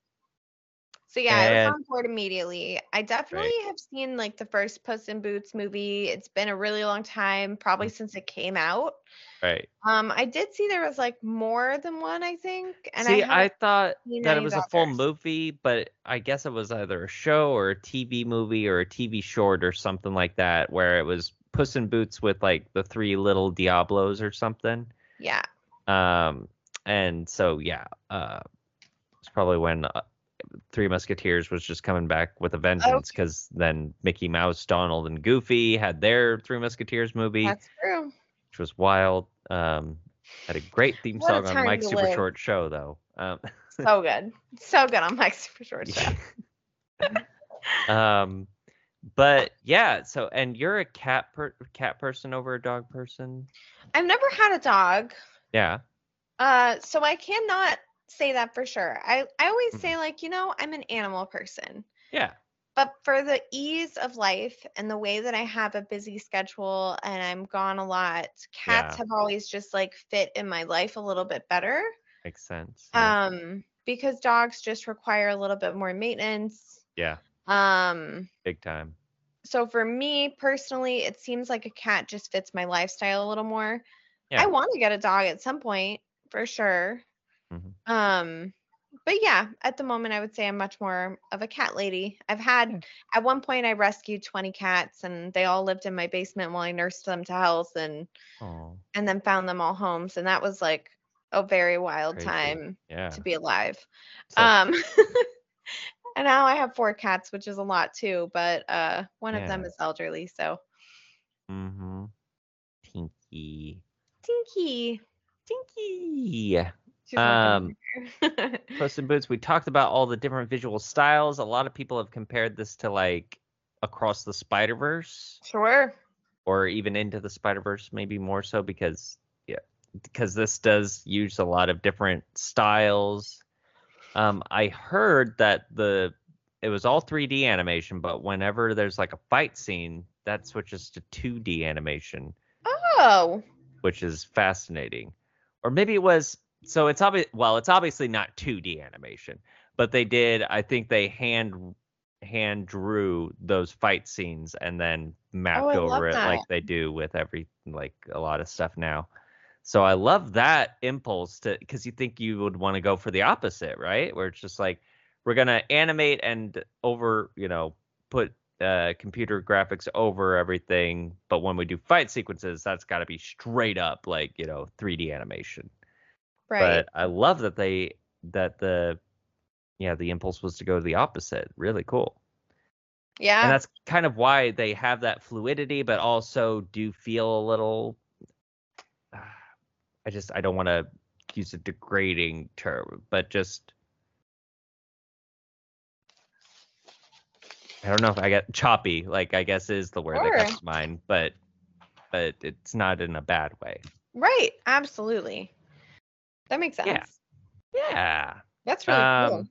So yeah, I And- was on board immediately. I definitely have seen like the first Puss in Boots movie. It's been a really long time, probably Mm. since it came out. Right. Um, I did see there was like more than one, I think. And See, I, I, haven't thought seen that it any was a full others. movie, but I guess it was either a show or a TV movie or a TV short or something like that, where it was Puss in Boots with like the three little Diablos or something. yeah, Um, and so yeah, uh, it's probably when uh, Three Musketeers was just coming back with a vengeance because then Mickey Mouse, Donald, and Goofy had their Three Musketeers movie, that's true. which was wild. Um, had a great theme What a song on time Mike's to Super live. Short Show though. Um, So good. So good on <laughs> Mike's Super Short Show. <laughs> um, but yeah, so and you're a cat per- cat person over a dog person. I've never had a dog. Yeah. Uh, so I cannot say that for sure. I, I always Mm-hmm. say like, you know, I'm an animal person. Yeah. But for the ease of life and the way that I have a busy schedule and I'm gone a lot, cats Yeah. have always just like fit in my life a little bit better. Makes sense. Yeah. Um, because dogs just require a little bit more maintenance. yeah. Um, Big time. so for me personally, it seems like a cat just fits my lifestyle a little more. Yeah. I want to get a dog at some point for sure. Mhm. Um, but yeah, at the moment, I would say I'm much more of a cat lady. I've had at one point I rescued 20 cats and they all lived in my basement while I nursed them to health and Oh, and then found them all homes and that was like a very wild Crazy. time yeah. to be alive. So- Um <laughs> and now I have four cats, which is a lot too, but uh one of them Yeah. is elderly, so Mm-hmm. Tinky. Tinky. Tinky. Um, She's working on <laughs> her. Puss in Boots. We talked about all the different visual styles. A lot of people have compared this to like across the Spider Verse, sure. or even into the Spider Verse, maybe more so because yeah, because this does use a lot of different styles. Um, I heard that the it was all 3D animation, but whenever there's like a fight scene, that switches to 2D animation. Oh. which is fascinating. Or maybe it was so it's obvious well, it's obviously not 2D animation, but they did I think they hand hand drew those fight scenes and then mapped Oh, I love over it that. like they do with every like a lot of stuff now. So I love that impulse to cuz you think you would want to go for the opposite, right? Where it's just like we're going to animate and over, you know, put uh, computer graphics over everything. But when we do fight sequences, that's got to be straight up like you know 3D animation. Right. But I love that they that the yeah the impulse was to go to the opposite. Really cool. yeah. And that's kind of why they have that fluidity, but also do feel a little. <sighs> I just I don't want to use a degrading term, but just. I don't know if I got choppy, like I guess is the word that comes Sure. to mind, but but it's not in a bad way. right. Absolutely. That makes sense. Yeah. Yeah. That's really cool. Um,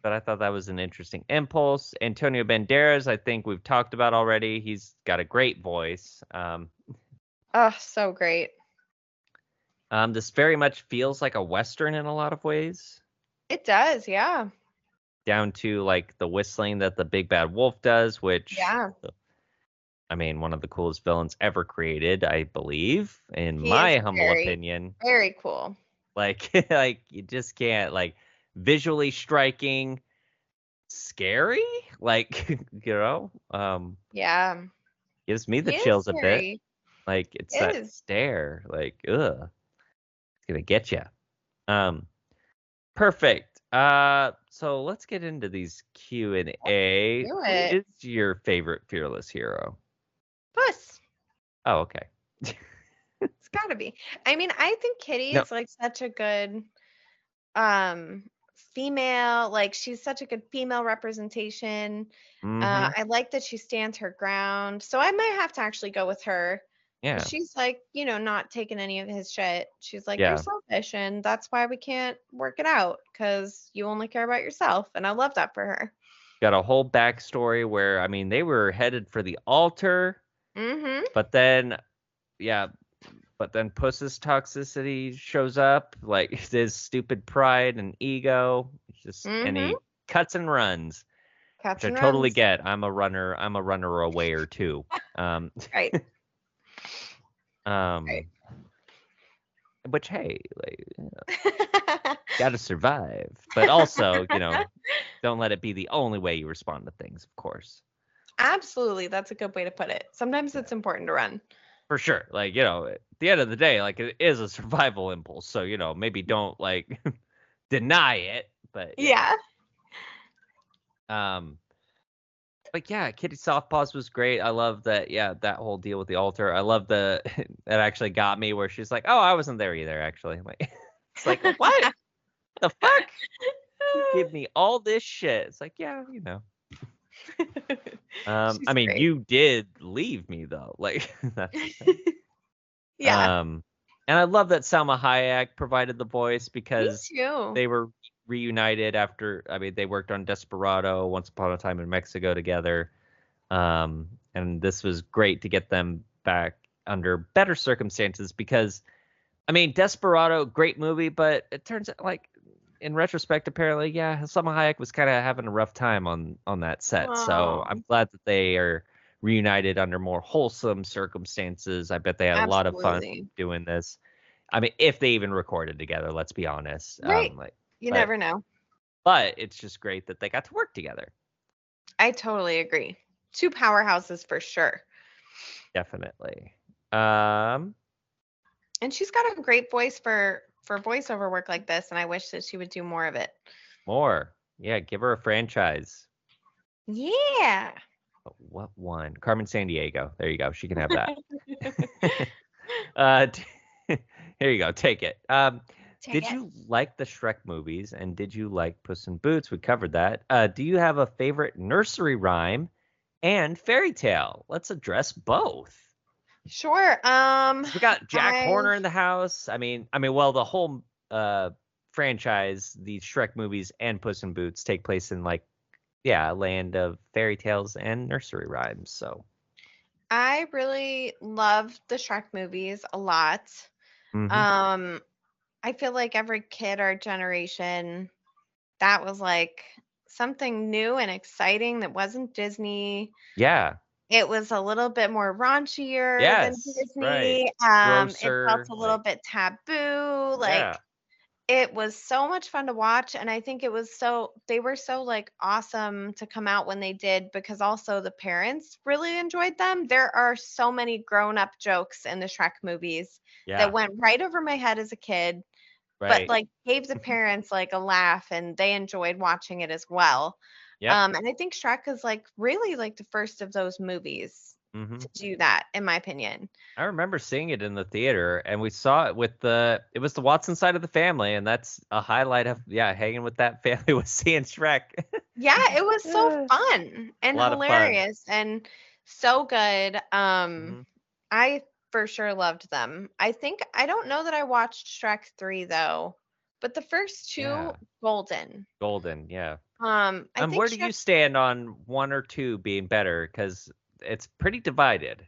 But I thought that was an interesting impulse. Antonio Banderas, I think we've talked about already. He's got a great voice. Um, Oh, so great. um, this very much feels like a western in a lot of ways, It does, yeah. down to like the whistling that the big bad wolf does, which Yeah. I mean, one of the coolest villains ever created, I believe, in He is my humble very- opinion. <laughs> Very cool. Like, <laughs> like you just can't like visually striking, scary, like <laughs> you know, um, Yeah. gives me the He is chills a bit. very- Like it's It that is. stare, like ugh, it's gonna get you. Um, perfect. Uh, so let's get into these Q and A. do Who it. is your favorite fearless hero? Puss. Oh, okay. It's gotta be. I mean, I think Kitty No. is like such a good um female, like she's such a good female representation. Uh, Mhm, I like that she stands her ground. So I might have to actually go with her. yeah, She's like, you know, not taking any of his shit. She's like, Yeah. you're selfish, and that's why we can't work it out because you only care about yourself. And I love that for her. got a whole backstory where I mean they were headed for the altar, Mm-hmm. but then, yeah, but then Puss's <laughs> Mm-hmm. toxicity shows up, like his stupid pride and ego, just and he cuts and runs, Cats which I and totally runs. get. I'm a runner. I'm a runner away or two. Um, <laughs> Right. <laughs> um, Right. which hey, like, gotta survive, but also you <laughs> know, don't let it be the only way you respond to things. Of course. <laughs> Absolutely. That's a good way to put it. Sometimes it's important to run. for sure like you know at the end of the day like it is a survival impulse so you know maybe don't like <laughs> deny it but you Yeah. know, um but yeah kitty softpaws was great i love that yeah that whole deal with the altar i love the <laughs> that actually got me where she's like oh i wasn't there either actually like <laughs> it's <laughs> like what the fuck You give me all this shit it's like yeah you <laughs> know um She's i mean great. you did leave me though like <laughs> that's <laughs> yeah. Um, and I love that Selma Hayek provided the voice because me too. Uh, they were reunited after. I mean, they worked on Desperado, Once Upon a Time in Mexico together. Um, and this was great to get them back under better circumstances because, I mean, Desperado, great movie, but it turns out like. In retrospect, apparently, yeah, Selma Hayek was kind of having a rough time on on that set. So Aw. I'm glad that they are reunited under more wholesome circumstances. I bet they had a lot of fun Absolutely. doing this. I mean, if they even recorded together, let's be honest. Right. Um, like, You but- never know. but it's just great that they got to work together. I totally agree. Two powerhouses for sure. Definitely. Um, And she's got a great voice for for voiceover work like this and I wish that she would do more of it. more. Yeah, give her a franchise. Yeah. But what one? Carmen San Diego. There you go. She can have that. <laughs> <laughs> uh, <laughs> here you go. Take it. Um, Take did it. you like the Shrek movies and did you like Puss in Boots? We covered that. Uh, do you have a favorite nursery rhyme and fairy tale? Let's address both. Sure. Um we got Jack I- Horner in the house. I mean, I mean, well, the whole uh franchise, the Shrek movies and Puss in Boots take place in like, yeah, a land of fairy tales and nursery rhymes. So, I really love the Shrek movies a lot. mhm. Um, I feel like every kid our generation, that was like something new and exciting that wasn't Disney. yeah, It was a little bit more raunchier Yes, than Disney. right. Um, it Grosser, felt a little like- bit taboo. Like yeah, it was so much fun to watch, and I think it was so they were so like awesome to come out when they did because also the parents really enjoyed them. There are so many grown-up jokes in the Shrek movies yeah, that went right over my head as a kid right. but like <laughs> gave the parents like a laugh and they enjoyed watching it as well. Yep. Um, and I think Shrek is like really like the first of those movies Mhm. to do that, in my opinion. I remember seeing it in the theater, and we saw it with the it was the Watson side of the family, and that's a highlight of yeah, hanging with that <laughs> family was seeing Shrek. Yeah, it was so Mm-hmm. Yeah. fun and lot of fun. hilarious and so good. Um, Mhm. I for sure loved them. I think I don't know that I watched Shrek three though, but the first two Yeah. golden. Golden, yeah. Um, I um, think where do you Shrek- stand on one or two being better? Because it's pretty divided.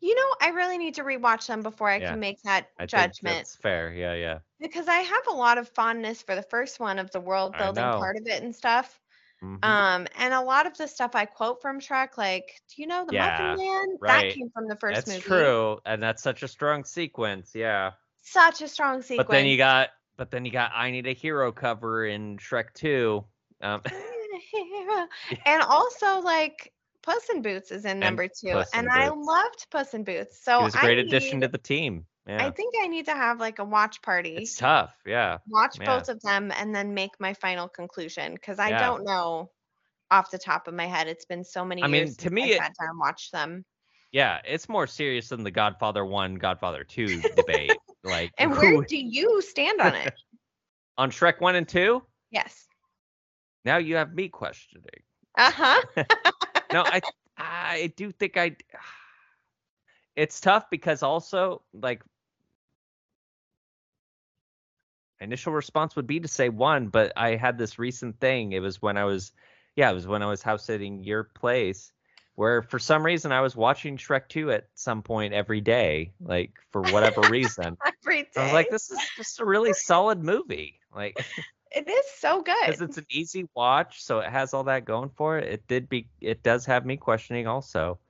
you know I really need to rewatch them before I Yeah. can make that I Think judgment. that's fair. Yeah, yeah. because I have a lot of fondness for the first one of the world I building know. part of it and stuff. Mhm. Um, and a lot of the stuff I quote from Shrek, like, do you know the Yeah, Muffin Man? right. That came from the first that's movie. true, and that's such a strong sequence. Yeah. Such a strong sequence. But then you got, but then you got, I need a hero cover in Shrek Two. Um, <laughs> <laughs> and also like Puss in Boots is in And number two, Puss in and I Boots. loved Puss in Boots. So it was a great Oh, I addition need- to the team. Yeah. I think I need to have like a watch party. it's tough. Yeah. watch Yeah. both of them and then make my final conclusion because I Yeah. don't know off the top of my head. It's been so many I years mean, since to me I it- sat down and <laughs> watched them. Yeah. It's more serious than the Godfather One, Godfather Two <laughs> debate. like And who- where do you stand <laughs> on it? on Shrek One and Two? Yes. Now you have me questioning. Uh huh. no, I I do think I. <sighs> It's tough because also like initial response would be to say one, but I had this recent thing. It was when I was, yeah, it was when I was house sitting your place, where for some reason I was watching Shrek two at some point every day, like for whatever reason. Every day. <laughs> I was like, this is just a really solid movie. Like It is so because good. it's an easy watch, so it has all that going for it. It did be it does have me questioning also,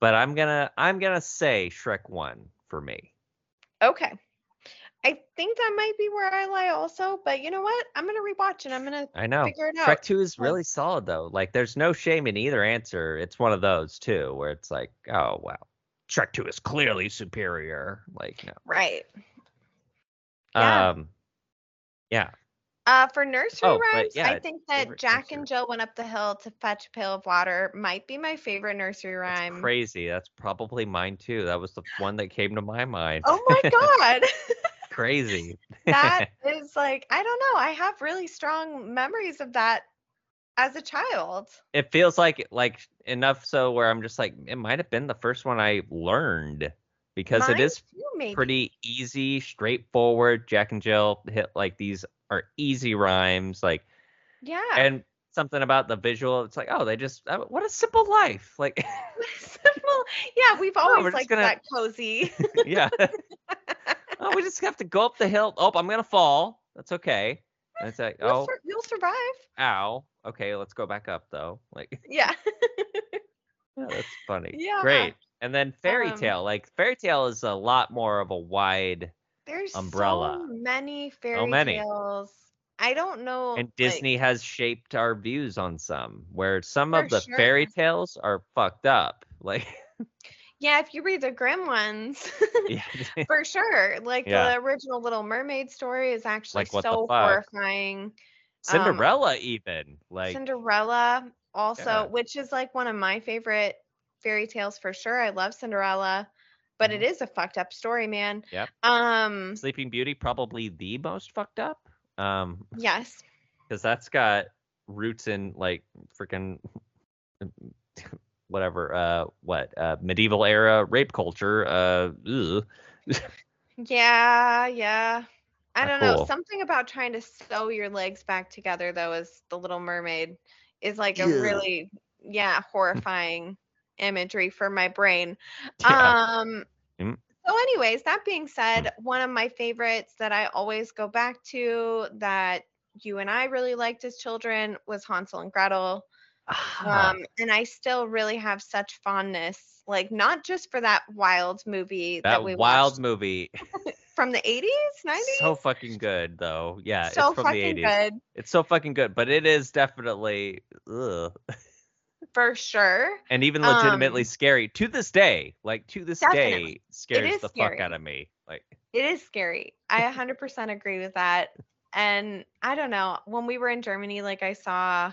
but I'm gonna I'm gonna say Shrek one for me. Okay. I think that might be where I lie also, but you know what? I'm gonna rewatch it. I'm gonna I know figure it Shrek out. two is really solid though. Like there's no shame in either answer. It's one of those too where it's like oh wow, Shrek two is clearly superior. Like no, Right. Yeah. um, yeah, Uh, for nursery Oh, but rhymes, yeah, I it's think that favorite Jack nursery and Jill went up the hill to fetch a pail of water might be my favorite nursery that's rhyme. crazy. That's probably mine too. That was the one that came to my mind. Oh <laughs> my god. crazy. that is like I don't know. I have really strong memories of that as a child. it feels like like enough so where I'm just like it might have been the first one I learned because it Mine is too, maybe. pretty easy, straightforward. Jack and Jill hit like these are easy rhymes like yeah. <laughs> and something about the visual it's like oh they just uh, what a simple life like <laughs> Simple. Yeah, we've always we're just liked gonna- that <laughs> cozy. yeah oh we just have to go up the hill oh I'm going to fall that's okay and it's like You'll, oh sur- you'll survive. ow okay let's go back up though like <laughs> Yeah. Yeah, that's funny. Yeah. <laughs> Great. And then fairy Um, tale. Like fairy tale is a lot more of a wide There's Umbrella. so many fairy many. tales. I don't know. and Oh, like- Disney has shaped our views on some where some of For the fairy sure. tales are fucked up. <laughs> <laughs> Like yeah, if you read the <laughs> grim ones, <laughs> yeah. for sure. Like Yeah. the original Little Mermaid story is actually Like, what the so fuck? horrifying. Cinderella even. Like Cinderella also, Yeah. which is like one of my favorite fairy tales for sure. I love Cinderella, but it is a fucked up story, man. Mm-hmm. Yep. Um Sleeping Beauty probably the most fucked up. Um yes. cuz that's got roots in like freaking <laughs> whatever uh what uh medieval era rape culture uh ugh. <laughs> Yeah, yeah. I Not don't know. Ah, cool. Something about trying to sew your legs back together though as the little mermaid is like a Ew. really Mm. yeah, horrifying imagery for my brain. <sighs> Yeah. Um Mm. so anyways, that being said, one of my favorites that I always go back to that you and I really liked as children was Hansel and Gretel. Ah. Um, and I still really have such fondness, like not just for that wild movie that, that we wild watched movie from the 80s, 90s. so fucking good though yeah So it's from the fucking 80s good it's so fucking good but it is definitely ugh. for sure. and even legitimately Um, scary to this day like to this day Definitely. scares is the scary. fuck out of me like It is scary. I <laughs> 100% agree with that. And I don't know, when we were in Germany, like I saw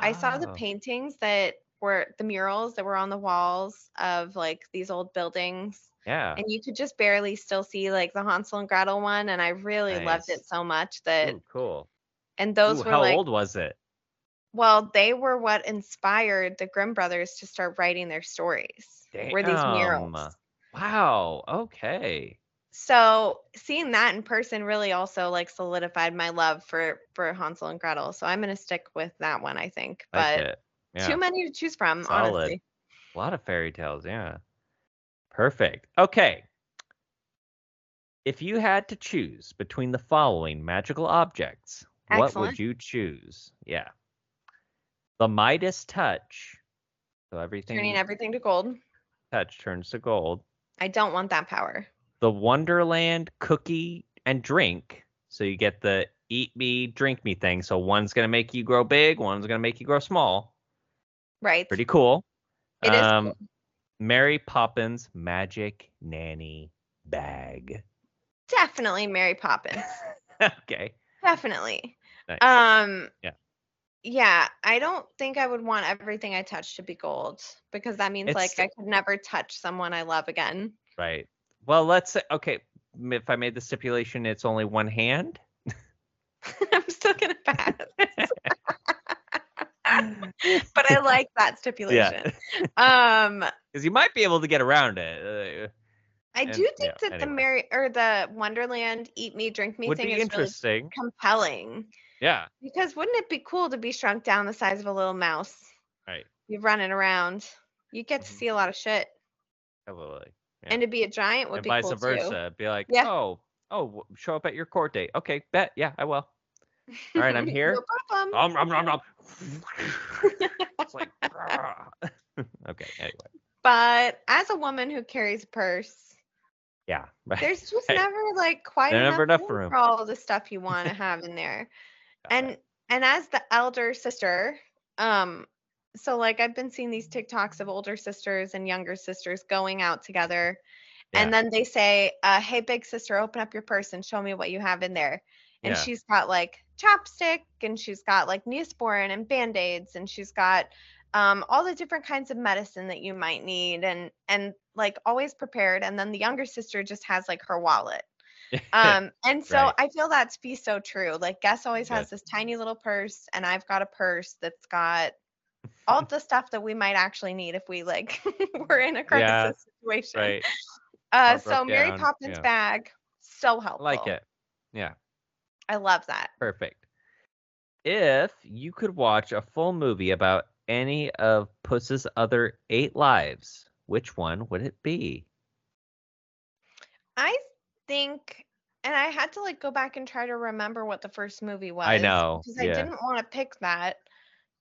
I saw the oh, paintings that were the murals that were on the walls of like these old buildings yeah and you could just barely still see like the Hansel and Gretel one and I really loved Nice. it so much that Ooh, cool and those Ooh, were how like old was it well they were what inspired the Grimm brothers to start writing their stories were these Damn. murals wow okay so seeing that in person really also like solidified my love for for Hansel and Gretel so I'm going to stick with that one I think like but it. yeah. too many to choose from Solid. honestly A lot of fairy tales, yeah. Perfect. Okay. If you had to choose between the following magical objects, what would Excellent. you choose? Yeah. The Midas touch. So everything turning you everything to gold touch turns to gold. I don't want that power. The Wonderland cookie and drink. So you get the eat me, drink me thing. So one's going to make you grow big, one's going to make you grow small. Right. Pretty cool. It is Um, Mary Poppins magic nanny bag. <laughs> definitely Mary Poppins. okay. definitely. Nice. Um Yeah. Yeah, I don't think I would want everything I touch to be gold because that means It's like sti- I could never touch someone I love again. <laughs> right. Well, let's say okay. m- If I made the stipulation, it's only one hand. I'm still <laughs> gonna pass. Ah. but I like that stipulation. <laughs> Um Because you might be able to get around it. Uh, I And- do think yeah, that the anyway. Mary or the Wonderland eat me, drink me would thing be is really interesting. compelling. Yeah. Because wouldn't it be cool to be shrunk down the size of a little mouse? Right. You're running around. You get to Mhm. see a lot of shit. Absolutely. Yeah. And to be a giant would And be vice cool versa, too. it'd be like, Yeah. <laughs> oh, oh, w- show up at your court date. Okay, bet. Yeah, I will. All right, I'm here. <laughs> No problem. Um, um, um, <laughs> um. it's like, <laughs> "Grr." okay, anyway. But as a woman who carries a purse, Yeah. <laughs> Right. there's just Right. never like quite There's enough, never enough room, room. for all the <laughs> stuff you want to have in there. Got and and as the elder sister, um, so like I've been seeing these TikToks of older sisters and younger sisters going out together, and then they say, uh, "Hey, big sister, open up your purse and show me what you have in there." And Yeah. she's got like chapstick, and she's got like Neosporin and band aids, and she's got um, all the different kinds of medicine that you might need and and like always prepared and then the younger sister just has like her <laughs> wallet it. um and so Right. i feel that's be so true like guess always Yeah. has this tiny little purse and i've got a purse that's got <laughs> all the stuff that we might actually need if we like <laughs> were in a crisis Yeah, situation <laughs> right. uh Or so broke mary down, poppins yeah. bag so helpful Like it. Yeah. i love that Perfect. If you could watch a full movie about any of Puss's other eight lives, which one would it be? i think and i had to like go back and try to remember what the first movie was I know, because yeah. i didn't want to pick that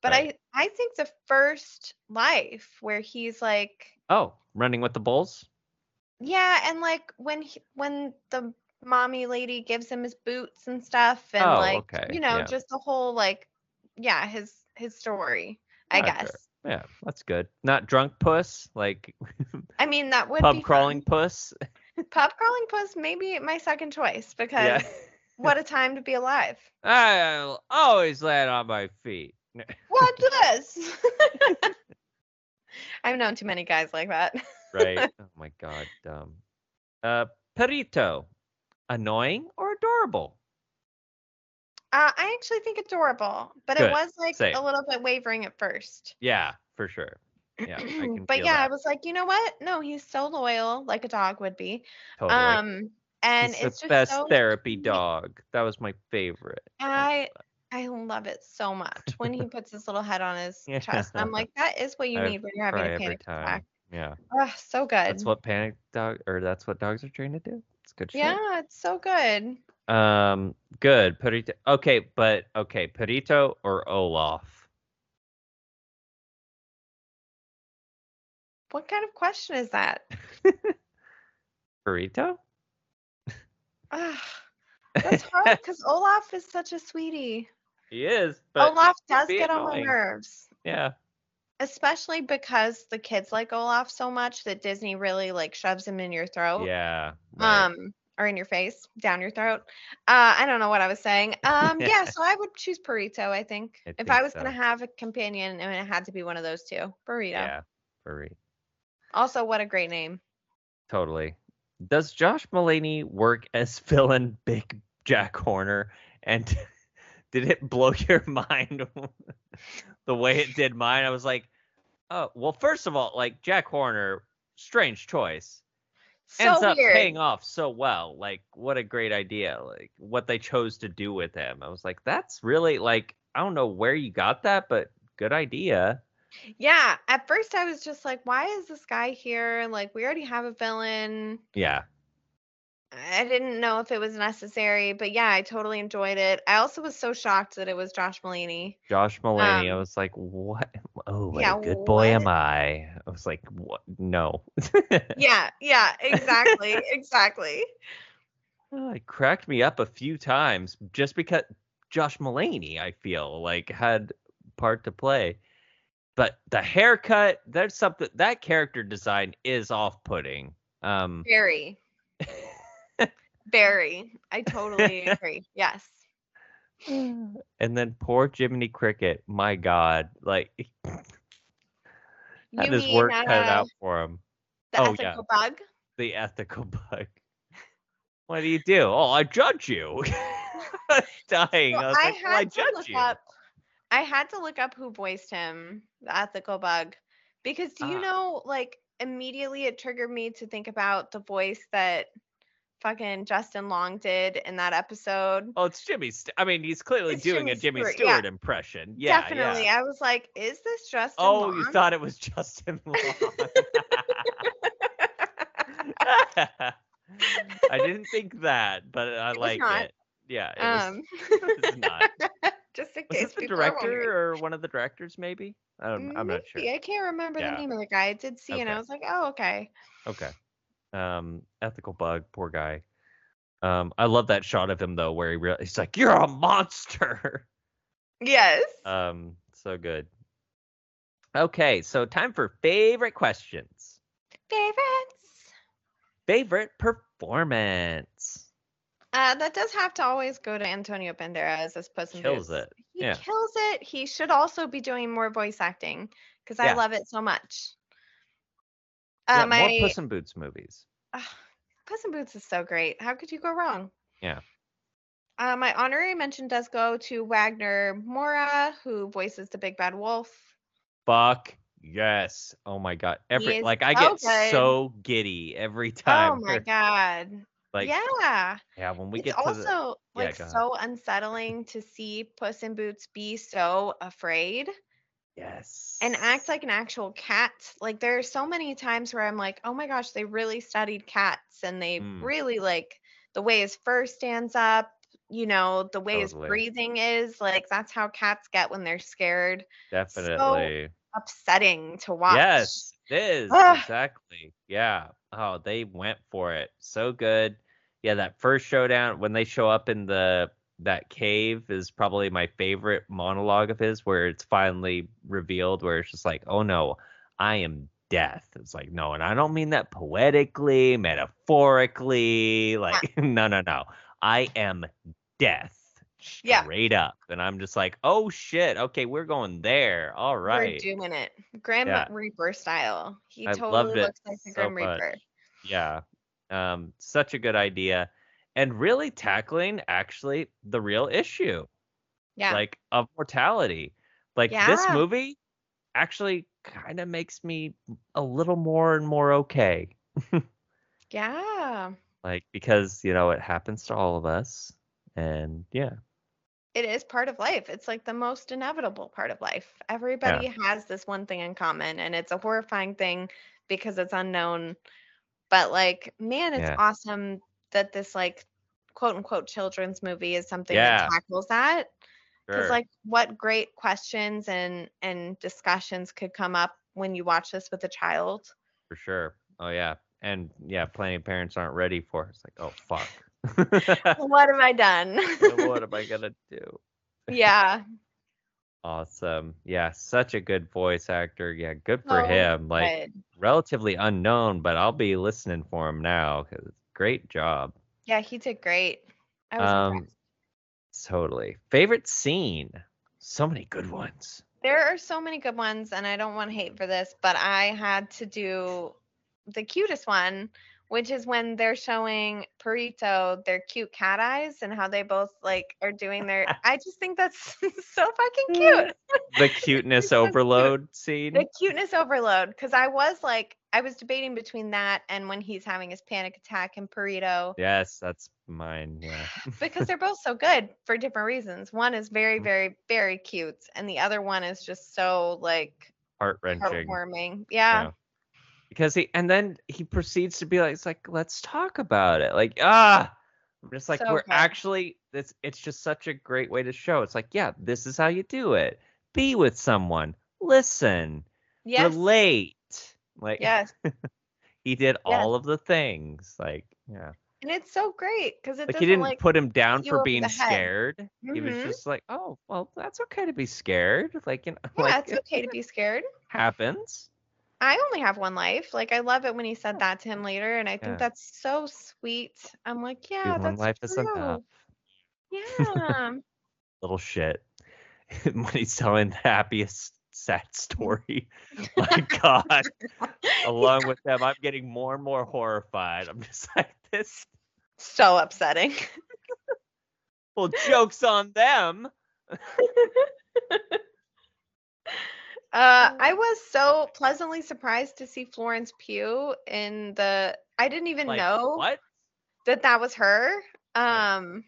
but Right. i i think the first life where he's like Oh, Running with the Bulls? yeah and like when he, when the mommy lady gives him his boots and stuff and Oh, like okay, you know yeah. just the whole like yeah his his story i Gotcha. guess Yeah, that's good. Not drunk puss, like <laughs> i mean that would be pub fun. crawling puss. <laughs> <laughs> pub crawling puss maybe my second choice because Yeah. <laughs> what a time to be alive I'll always land on my feet. What <laughs> this? <laughs> I've known too many guys like that. <laughs> Right. oh my god. Dumb. Uh, Perito, annoying or adorable? Uh, I actually think adorable, but Good. it was like Same. a little bit wavering at first. Yeah, for sure. <clears throat> Yeah, I can but feel yeah, I that. was like, you know what? No, he's so loyal, like a dog would be. totally. Um, and He's it's the just best so therapy sweet. dog. That was my favorite. I I love it so much when he puts his little head on his <laughs> Yeah. chest. I'm like, that is what you I need when you're having Cry a every panic time. attack. Yeah, Ugh, so good. that's what panic dog, or that's what dogs are trained to do. It's good shit. yeah, it's so good. Um, good. Perito. Okay, but okay, Perito or Olaf? What kind of question is that? Perito? Ugh, <laughs> that's hard because Olaf is such a sweetie. He is, but Olaf he can does be get on my annoying. nerves, Yeah. especially because the kids like Olaf so much that Disney really like shoves him in your throat, Yeah. right. Oh. um, or in your face, down your throat. Uh, I don't know what I was saying. <laughs> Um, yeah, so I would choose Burrito. I think I if I think was gonna so. have a companion, and it had to be one of those two, Burrito. yeah. Burrito. Also, what a great name. Totally. Does Josh Mullaney work as <laughs> villain Big Jack Horner? And <laughs> did it blow <laughs> your mind the way it did mine? I was like, oh, well, first of all, like Jack Horner, strange choice. So ends up weird. paying off so well. Like, what a great idea. Like, what they chose to do with him. I was like, that's really like, I don't know where you got that, but good idea. Yeah, at first I was just like, why is this guy here? Like, we already have a villain. Yeah. I didn't know if it was necessary, but yeah, I totally enjoyed it. I also was so shocked that it was Josh Mulaney. Josh Mulaney. I Um, was like, what? <laughs> Oh, what yeah, a good boy am what? I? I was like, what? No. Yeah, yeah, exactly, exactly. Oh, it cracked me up a few times just because Josh Mulaney, I feel like, had part to play. But the haircut, there's something that character design is off putting. Um, <laughs> Very, very. <laughs> I totally agree. Yes. and then poor Jiminy Cricket, my God, like <laughs> had You his mean work cut uh, out for him. the oh, yeah. ethical bug? the ethical <laughs> bug. What do you do? Oh, I judge you. <laughs> I was dying. Well, I was like, well, I judge look you. up. I had to look up who voiced him, the ethical bug, because do you Ah. know, like, immediately it triggered me to think about the voice that fucking Justin Long did in that episode. Oh, it's Jimmy. St- I mean, he's clearly It's doing Jimmy a Jimmy Stewart, Stewart, yeah. impression. Yeah, Definitely. Yeah. I was like, is this Justin Oh, Long? you thought it was <laughs> Justin Long. <laughs> I didn't think that, but I was like not. it. Yeah. <laughs> It was, Um, <laughs> it's not. just in Was case this the people are wondering. director or one of the directors? Maybe. I don't. I'm not sure. Maybe, I can't remember Yeah. the name of the guy. I did see, and Okay. I was like, oh, okay. Okay. Um, ethical bug, poor guy. Um, I love that shot of him though, where he real he's like, "You're a monster." <laughs> Yes. Um, so good. Okay, so time for favorite questions. Favorites. Favorite performance. Uh, that does have to always go to Antonio Banderas as Puss in Kills Boots. it. He Yeah. kills it. He should also be doing more voice acting because I Yeah. love it so much. Uh, yeah, my more Puss in Boots movies. Ugh, Puss in Boots is so great. How could you go wrong? Yeah. Uh, my honorary mention does go to Wagner Mora, who voices the Big Bad Wolf. Fuck yes. Oh my god. Every is like I so get good. so giddy every time. oh <laughs> my we're- god! Like yeah, yeah, when we it's get to also the, Yeah, like go ahead. so unsettling to see Puss in Boots be so afraid yes. and act like an actual cat. Like there are so many times where I'm like, oh my gosh, they really studied cats and they Mm. really like the way his fur stands up, you know, the way Totally. his breathing is. Like that's how cats get when they're scared. definitely. Upsetting to watch. Ah. Yes, it is Ugh. exactly. Yeah. Oh, they went for it. So good. Yeah, that first showdown when they show up in the that cave is probably my favorite monologue of his, where it's finally revealed, where it's just like, oh no, I am death. It's like no, and I don't mean that poetically, metaphorically. Like <laughs> no, no, no, I am death. Yeah. Straight up, and I'm just like, oh shit, okay, we're going there. All We're right. doing it. Grim Yeah. Reaper style. He I totally loved it looks like the so Grim much. Reaper. Yeah. Um, such a good idea. And really tackling actually the real issue, Yeah. like of mortality. Like this Yeah. movie actually kind of makes me a little more and more okay. yeah. Like because, you know, it happens to all of us. And yeah. It is part of life. It's like the most inevitable part of life. Everybody has this one thing in common, and it's a horrifying thing because it's unknown. But like, man, it's Yeah. awesome that this like quote unquote children's movie is something Yeah. that tackles that. Because sure. like, what great questions and and discussions could come up when you watch this with a child. <laughs> for sure. Oh yeah. And yeah, plenty of parents aren't ready for it. It's like, oh <laughs> fuck. what have I done? <laughs> what am I gonna do? yeah. Awesome. Yeah, such a good voice actor. Yeah, good for Oh, him. Like good. relatively unknown, but I'll be listening for him now cuz great job. yeah, he did great. I was Um impressed. totally. Favorite scene. So many good ones. There are so many good ones, and I don't want hate for this, but I had to do the cutest one, which is when they're showing Perito their cute cat eyes and how they both like are doing their. I just think that's <laughs> so fucking cute. <laughs> The cuteness so cute. overload scene. The cuteness overload, because I was like, I was debating between that and when he's having his panic attack and <laughs> Perito, Yes, that's mine. Yeah. because they're both so good for different reasons. One is very, Mhm. very, very cute, and the other one is just so like Heart-wrenching. heartwarming. Yeah. Yeah. Because he and then he proceeds to be like, it's like, let's talk about it. Like, ah, I'm just like, So we're good. actually this. It's just such a great way to show. It's like, yeah, this is how you do it. Be with someone, listen, Yes. relate. Like, Yes. he did Yes. all of the things. Like, yeah, And it's so great because it like he doesn't didn't like put him down you for over being the head. scared. He was Mhm. just like, oh, well, that's okay to be scared. Like, you know, <laughs> yeah, like it's it okay to be scared. happens. I only have one life. Like I love it when he said that to him later, and I think Oh. Yeah. that's so sweet. I'm like, yeah, Dude, one that's life true. is enough. Yeah. <laughs> little shit <laughs> when he's telling the happiest sad <laughs> story. <laughs> My God, along with them, I'm getting more and more horrified. I'm just <laughs> like this. so upsetting. Well, jokes on them. Uh, I Oh. was so pleasantly surprised to see Florence Pugh in the. I didn't even Like, know what? that that was her. Right. Um,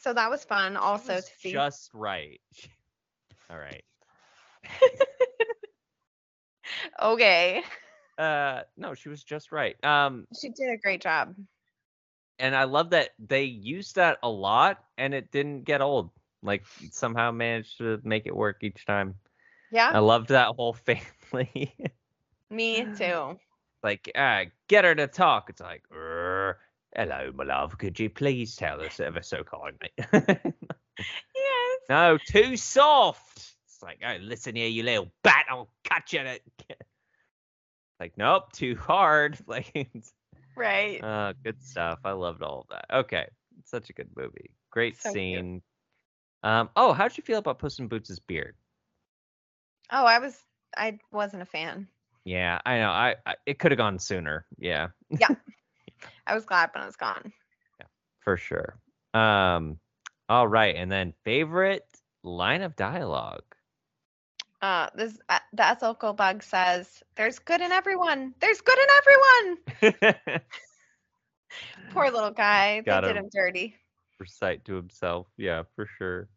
so that was fun She also was to see. just right. All right. Okay, Uh, no, she was just right. Um, she did a great job. and I love that they used that a lot and it didn't get old. Like somehow managed to make it work each time. Yeah. I loved that whole <laughs> family. Oh. <sighs> Me too. like, uh, get her to talk. It's like, "Er, hello, my love. Could you please tell us ever so kindly? <laughs> Yes. no, too soft. It's like, oh, listen here, you little bat. I'll cut you. to-" <laughs> like, nope, too hard. <laughs> Like, it's- Right. uh, good stuff. I loved all of that. Okay, such a good movie. Great So cute. scene. Um, oh, how'd you feel about Puss in Boots' beard? Oh, I was I wasn't a fan. Yeah, I know. I, I it could have gone sooner. Yeah, I was glad when it was gone. for sure. Um, all right, and then favorite line of dialogue. <laughs> Uh, this uh, the Ethel bug says, "There's good in everyone. There's good in everyone." Poor little guy. Got they did him. him dirty. recite to himself. Yeah, for sure.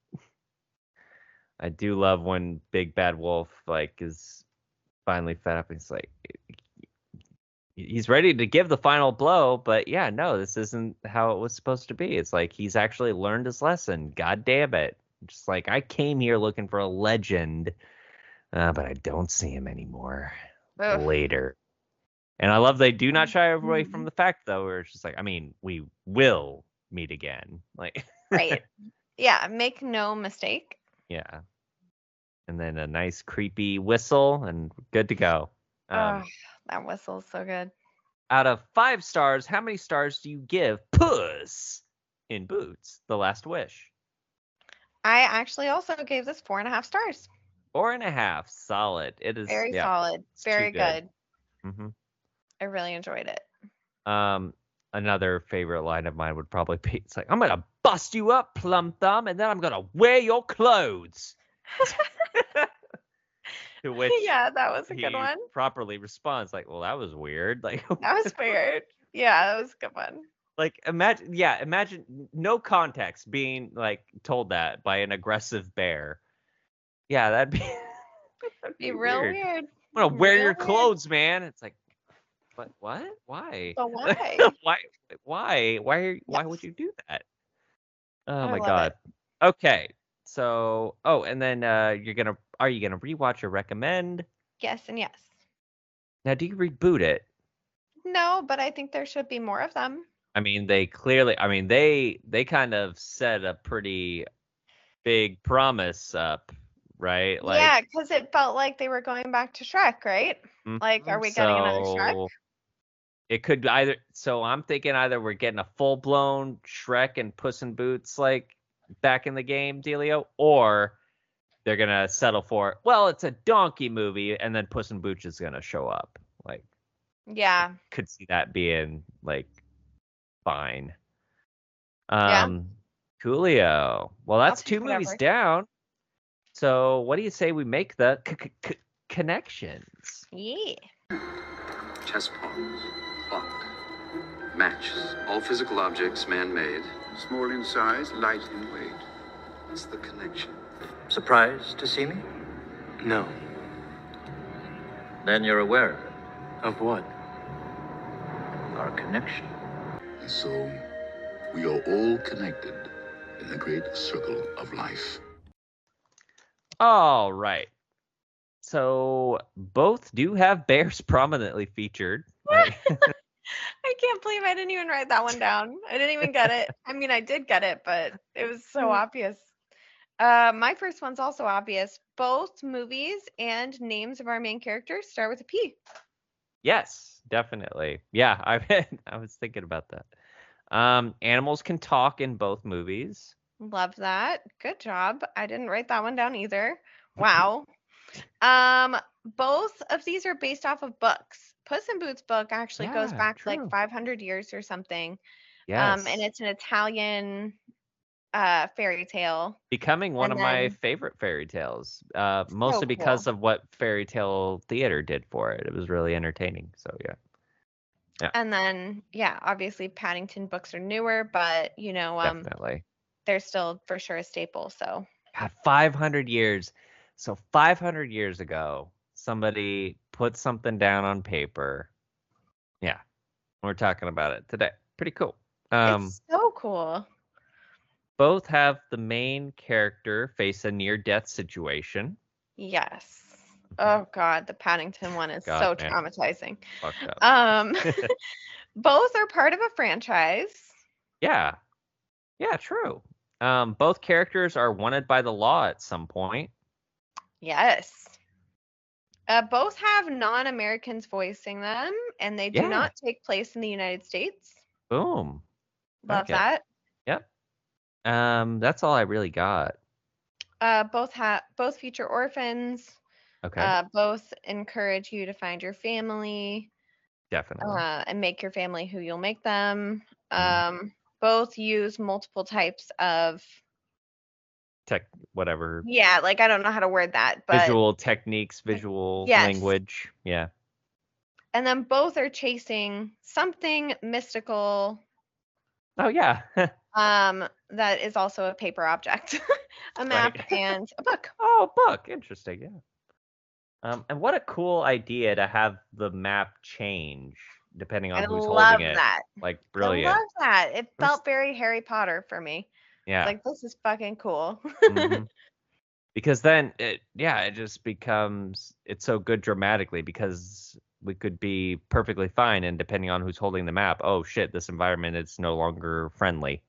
I do love when Big Bad Wolf like is finally fed up. He's like, he's ready to give the final blow, but yeah, no, this isn't how it was supposed to be. It's like he's actually learned his lesson. God damn it! Just like I came here looking for a legend, uh, but I don't see him anymore Ugh. later. And I love they do not shy away from the fact though, where it's just like, I mean, we will meet again. Like, <laughs> right. Yeah. Make no mistake. yeah. And then a nice creepy whistle and good to go. Um, Ugh, that whistle's so good. out of five stars, how many stars do you give Puss in Boots, The Last Wish? I actually also gave this four and a half stars. Four and a half, solid. It is Very yeah, solid. it's too Very good. good. mhm. I really enjoyed it. <laughs> Um, another favorite line of mine would probably be, "It's like I'm gonna bust you up, plum thumb, and then I'm gonna wear your <laughs> clothes." <laughs> to which yeah, that was a he good one. properly responds, like, "Well, that was weird." <laughs> Like, That was weird. Yeah, that was a good one. like imagine, yeah, imagine n- no context being like told that by an aggressive bear. Yeah, that'd be. <laughs> that'd Be real I'm weird. gonna wear real your weird. clothes, man. It's like, but what? Why? <laughs> But why? why why why are- why would Oh. Yes. you do that oh I my love god okay so oh and then uh you're gonna are you gonna rewatch or recommend yes and yes. now do you reboot it No, but I think there should be more of them. i mean they clearly i mean they they kind of set a pretty big promise up right yeah, because it felt like they were going back to Shrek, right? like, are Mhm, we getting another Shrek? so It could either. So I'm thinking either we're getting a full blown Shrek and Puss in Boots like back in the game, Delio, or they're gonna settle for well, it's a donkey movie, and then Puss in Boots is gonna show up. Like, Yeah. could see that being like fine. Yeah. Um, Coolio. Well, that's take two movies whatever. down. So what do you say we make the c- c- c- connections? Yeah. chess pawns, clock, matches, all physical objects man made. Small in size, light in weight. It's the connection. Surprised to see me? No. Then you're aware of it. Of what? Our connection. And so, we are all connected in the great circle of life. All right. So both do have bears <laughs> prominently featured. Like, I can't believe I didn't even write that one down. I didn't even get it. I mean, I did get it, but it was so obvious. Uh, my first one's also obvious. Both movies and names of our main characters start with a P. <laughs> yes, definitely. Yeah, <laughs> I I was thinking about that. Um, animals can talk in both movies. Love that. Good job. I didn't write that one <laughs> down either. Wow. um, both of these are based off of books. Puss in Boots book actually goes Yeah, back true. like 500 years or something. Yes. Um, and it's an Italian uh fairy tale. becoming one of and my then- favorite fairy tales. Uh, mostly because of what fairy tale theater did for it. It was really entertaining. So yeah. And then, yeah, obviously Paddington books are newer, but you know, um, definitely. they're still for sure a staple. So God, 500 years. So 500 years ago, somebody put something down on paper. Yeah. We're talking about it today. Pretty cool. Um, it's so cool. both have the main character face a near death situation. Yes. Oh God, the Paddington one is Mm-hmm. God, so man. traumatizing. Fucked up. <laughs> Um, <laughs> both are part of a franchise. yeah. Yeah, true. Um, both characters are wanted by the law at some point. Yes. Uh, both have non-Americans voicing them, and they do Yeah. not take place in the United States. Boom. Love Okay. that. Um, that's all I really got. Uh, both have both feature orphans. Okay, Uh, both encourage you to find your family. definitely. uh, and make your family who you'll make them. Mhm. Um, both use multiple types of Tech, whatever. yeah, like I don't know how to word that, but visual techniques, visual Yes. language. Yeah. and then both are chasing something mystical Oh yeah. <laughs> um, that is also a paper object, <laughs> a map <laughs> and a book. oh, book. Interesting. Yeah. Um, and what a cool idea to have the map change depending on I who's love holding it. that. Like I brilliant. love that. It That's- felt very Harry Potter for me. Yeah. It's like this is fucking cool. <laughs> Mhm. <laughs> because then it yeah it just becomes it's so good dramatically because we could be perfectly fine and depending on who's holding the map oh shit this environment is no longer friendly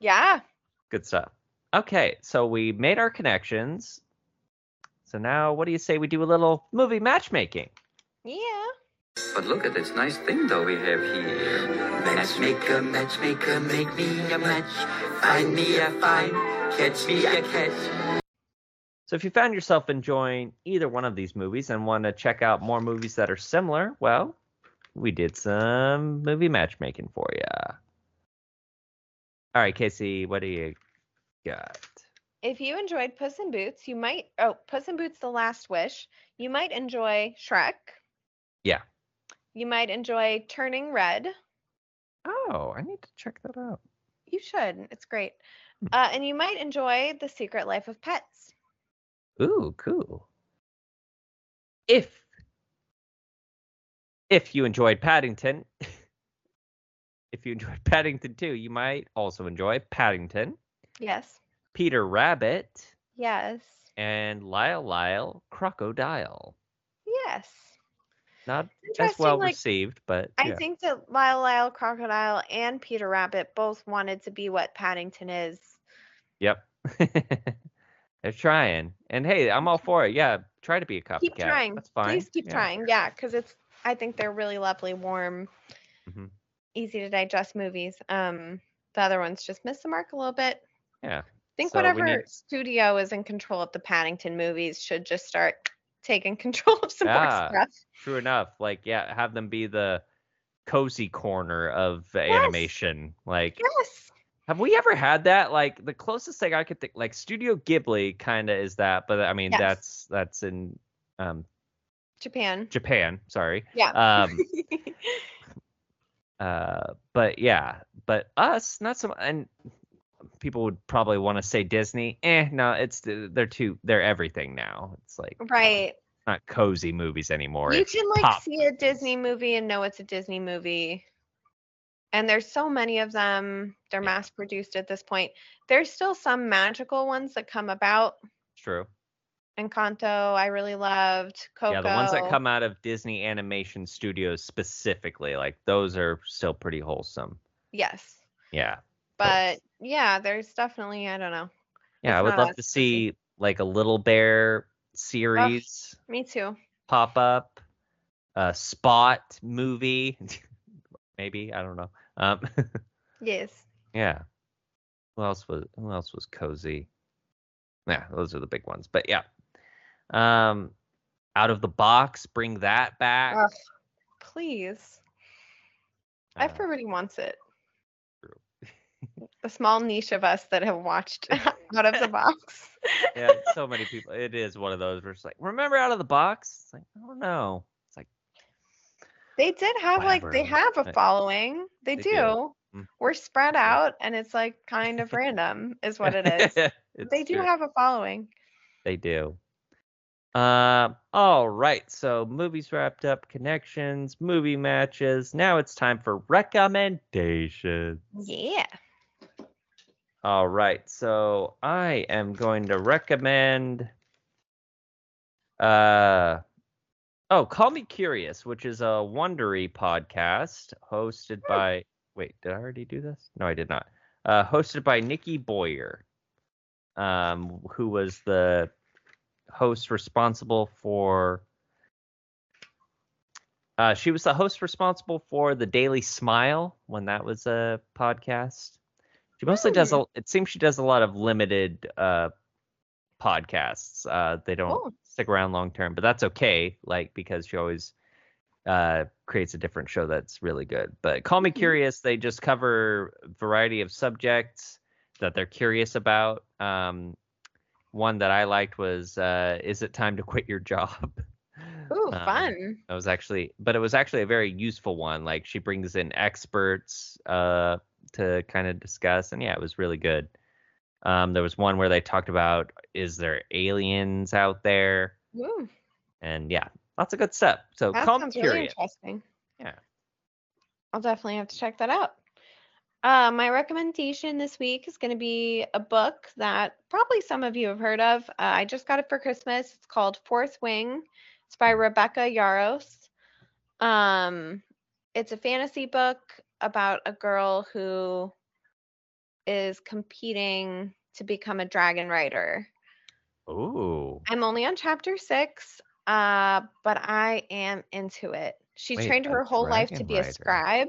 yeah. good stuff okay so we made our connections so now what do you say we do a little movie matchmaking Yeah. But look at this nice thing, though, we have here. Matchmaker, matchmaker, make me a match. Find me a find, catch me a catch. so if you found yourself enjoying either one of these movies and want to check out more movies that are similar well we did some movie matchmaking for you all right casey what do you got if you enjoyed Puss in Boots, you might oh Puss in Boots: The Last Wish. You might enjoy Shrek. Yeah. You might enjoy Turning Red. oh i need to check that out You should. It's great. Hmm. Uh, and you might enjoy The Secret Life of Pets. Ooh, cool. If if you enjoyed Paddington, <laughs> if you enjoyed Paddington too, you might also enjoy Paddington, Yes. Peter Rabbit, Yes. and Lyle Lyle Crocodile. Yes. Not as Interesting. well like received, but I yeah. think that Lyle Lyle Crocodile and Peter Rabbit both wanted to be what Paddington is. yep. <laughs> They're trying, and hey, I'm all for it. Yeah, try to be a copycat. Keep trying. That's fine. Please keep Yeah. trying. Yeah, because it's. I think they're really lovely, warm, Mhm. easy to digest movies. Um, the other ones just miss the mark a little bit. Yeah. I think So we whatever need- studio is in control of the Paddington movies should just start taking <laughs> control of some Yeah. more stuff. True enough. Like, yeah, have them be the cozy corner of the Yes. animation. Like, Yes. have we ever had that? Like, the closest thing I could think, like Studio Ghibli, kind of is that, but I mean, Yes. that's that's in um Japan. Japan. Sorry. Yeah. <laughs> Um. uh. But yeah. But us, not so. And people would probably want to say Disney. Eh. No, it's they're too. They're everything now. It's like right. it's not cozy movies anymore. You It's can like pop. see a Disney movie and know it's a Disney movie. And there's so many of them. They're Yeah. mass produced at this point. There's still some magical ones that come about. true. Encanto, I really loved. Coco. Yeah, the ones that come out of Disney Animation Studios specifically, like those are still pretty wholesome. Yes. Yeah. But yeah, there's definitely, I don't know. Yeah, I It's would not love as to see like a Little Bear series Me too. pop up, a Spot movie, <laughs> maybe, I don't know. Um <laughs> Yes. yeah. Who else was who else was cozy? Yeah, those are the big ones. But yeah. Um out of the box, bring that back. Ugh, Please. Uh, Everybody wants it. The small niche of us that <laughs> have watched <laughs> out of the box. yeah, so many people. It is one of those where it's like, remember out of the box? It's like, I don't know. It's like, They did have like they Whatever. have a I- following. They, they do. do. Mm. We're spread out and it's like <laughs> kind of random is what it is. It's they do true. have a following. They do. Um, all right, so movies wrapped up, connections, movie matches. Now it's time for recommendations. Yeah. All right, so I am going to recommend uh oh, Call Me Curious, which is a Wondery podcast hosted by wait, did I already do this? No, I did not. Uh hosted by Nikki Boyer. Um, who was the host responsible for uh, she was the host responsible for the Daily Smile when that was a podcast. She mostly does. A, it seems she does a lot of limited uh, podcasts. Uh, they don't Cool. stick around long term, but that's okay. Like because she always uh, creates a different show that's really good. But Call Mm-hmm. Me Curious, they just cover a variety of subjects that they're curious about. Um, one that I liked was uh, "Is it time to quit your job?" <laughs> Ooh, Um, fun. that was actually, but it was actually a very useful one. Like she brings in experts uh, to kind of discuss, and yeah, it was really good. Um, there was one where they talked about is there aliens out there, Ooh, and yeah, lots of good stuff. So that calm sounds really curious. interesting. Yeah. I'll definitely have to check that out. Uh, my recommendation this week is going to be a book that probably some of you have heard of. Uh, I just got it for Christmas. It's called Fourth Wing. It's by Rebecca Yaros. Um, it's a fantasy book about a girl who is competing to become a dragon rider. Ooh, I'm only on chapter six, uh, but I am into it. She Wait, trained a her whole life to dragon be rider. a scribe,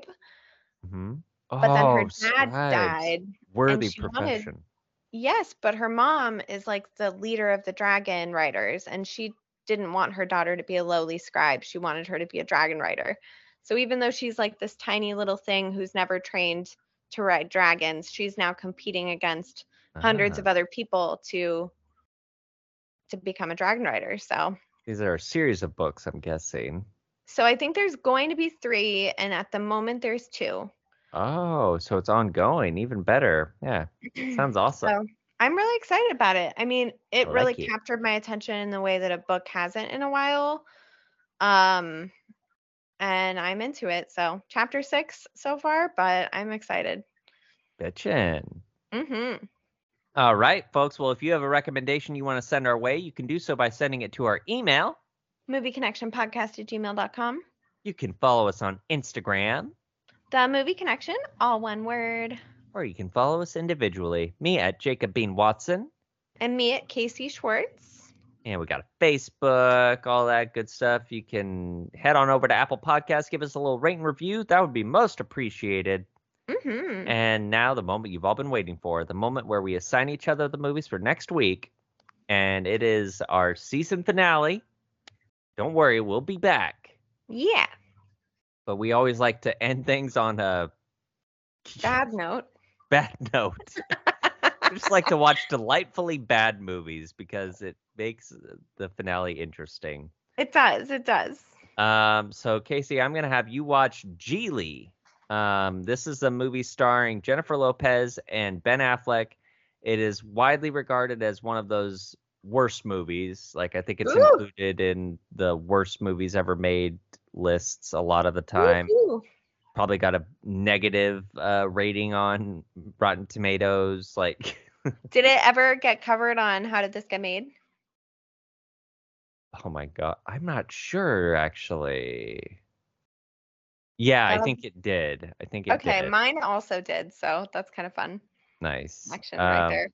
hmm but then her Oh, dad scribes. died. Worthy she wanted- profession. Yes, but her mom is like the leader of the dragon riders, and she didn't want her daughter to be a lowly scribe. She wanted her to be a dragon rider. So even though she's like this tiny little thing who's never trained to ride dragons, she's now competing against hundreds Ah, of other people to to become a dragon rider. So These are a series of books, I'm guessing. So I think there's going to be three, and at the moment there's two. <clears throat> Oh, so it's ongoing. Even better. Yeah, sounds awesome. So I'm really excited about it. I mean, it I really like it. captured my attention in the way that a book hasn't in a while. Um, and I'm into it. So chapter six so far, but I'm excited. Bitchin'. Mm-hmm. All right, folks. Well, if you have a recommendation you want to send our way, you can do so by sending it to our email. Movie Connection Podcast at gmail.com. You can follow us on Instagram, The Movie Connection, all one word. or you can follow us individually. Me at Jacob Bean Watson, And me at Casey Schwartz. and we got a Facebook, all that good stuff. You can head on over to Apple Podcasts, give us a little rate and review. That would be most appreciated. Mm-hmm. And now, the moment you've all been waiting for, the moment where we assign each other the movies for next week. And it is our season finale. Don't worry, we'll be back. Yeah. But we always like to end things on a <laughs> Bad note. bad note. we just like to watch delightfully bad movies because it makes uh, the finale interesting. It does. It does. Um, so Casey, I'm gonna have you watch Geely. Um, this is a movie starring Jennifer Lopez and Ben Affleck. It is widely regarded as one of those worst movies. Like I think it's Ooh. included in the worst movies ever made lists a lot of the time. Woohoo. Probably got a negative uh, rating on Rotten Tomatoes. Like <laughs> Did it ever get covered on How Did This Get Made? Oh my god, I'm not sure actually. Yeah, I Um, think it did. I think it Okay, did. mine also did, so that's kind of fun. nice. Action right Um, there.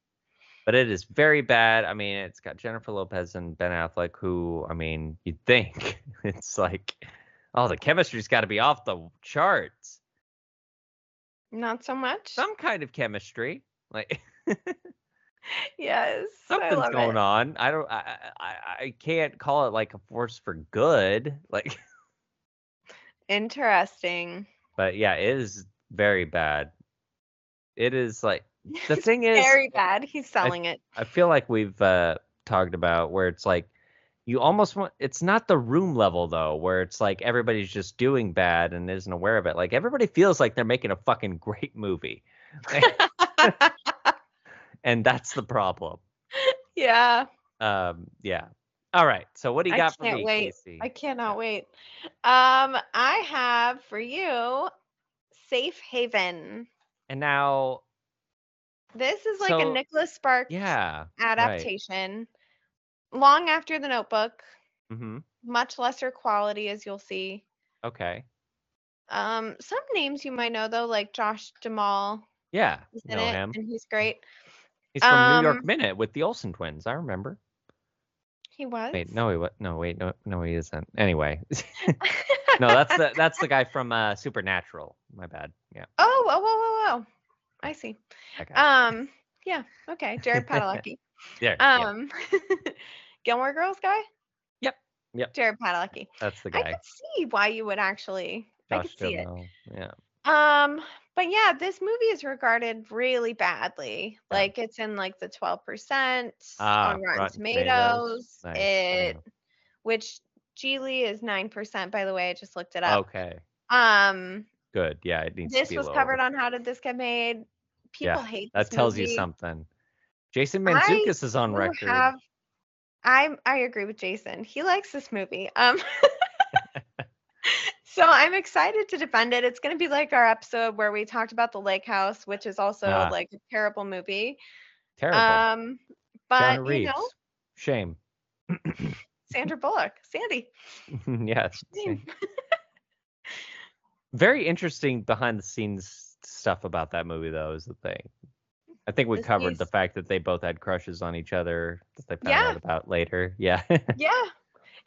But it is very bad. I mean, it's got Jennifer Lopez and Ben Affleck, who I mean, you'd think <laughs> it's like, oh, the chemistry's got to be off the charts. Not so much. Some kind of chemistry, like <laughs> yes. I something's love going it. on. I don't, I, I, I- I can't call it like a force for good. <laughs> Like, Interesting. but yeah, it is very bad. It is like <laughs> the thing is, Very bad. He's selling it. I feel like we've uh, talked about where it's like you almost want. It's not the room level though, where it's like everybody's just doing bad and isn't aware of it. Like everybody feels like they're making a fucking great <laughs> movie, <laughs> and that's the problem. yeah. Um, yeah. All right. So what do you I got for can't me, wait. Casey? I cannot wait. Um, I have for you Safe Haven. And now, This is like a So- Nicholas Sparks yeah. adaptation. Long after the notebook, Mm-hmm. much lesser quality as you'll see. Okay. Um, some names you might know though, like Josh Duhamel Yeah. is in Know it, him. Mm. and he's great. He's from New Um, York Minute with the Olsen twins. I remember. He was. Wait, <laughs> no, he what? No, wait, no, no, he isn't. Anyway, <laughs> no, that's the that's the guy from uh, Supernatural. My bad. Yeah. oh, oh, whoa, whoa, whoa! I see. that guy. Um, yeah, okay, <laughs> Jared Padalecki. there. yeah, Um, <laughs> Gilmore Girls guy. Yep, yep. Jared Padalecki. that's the I guy. could see why you would actually. I Josh could see it. Duhamel. Yeah. Um, but yeah, this movie is regarded really badly. Like it's in like the 12% Ah, on Rotten, Rotten Tomatoes. Tomatoes. Nice, Mm. Mm-hmm. I It know. which Geely is 9% by the way, I just looked it up. Okay. Um Good. Yeah, it Oh, needs this to be was lower. covered on How Did This Get Made? People Yeah, hate That this tells movie. you something. Jason I Mantzoukas is on You record. have- I'm I agree with Jason. He likes this movie. Um <laughs> So I'm excited to defend it. It's going to be like our episode where we talked about The Lake House, which is also Ah. like a terrible movie. Terrible. Um, but John you Reeves. know, Shame. <laughs> Sandra Bullock, Sandy. yes. shame. Shame. Very interesting behind the scenes stuff about that movie, though, is the thing. I think we This covered the piece- fact that they both had crushes on each other that they found Yeah. out about later. <laughs> Yeah. Yeah,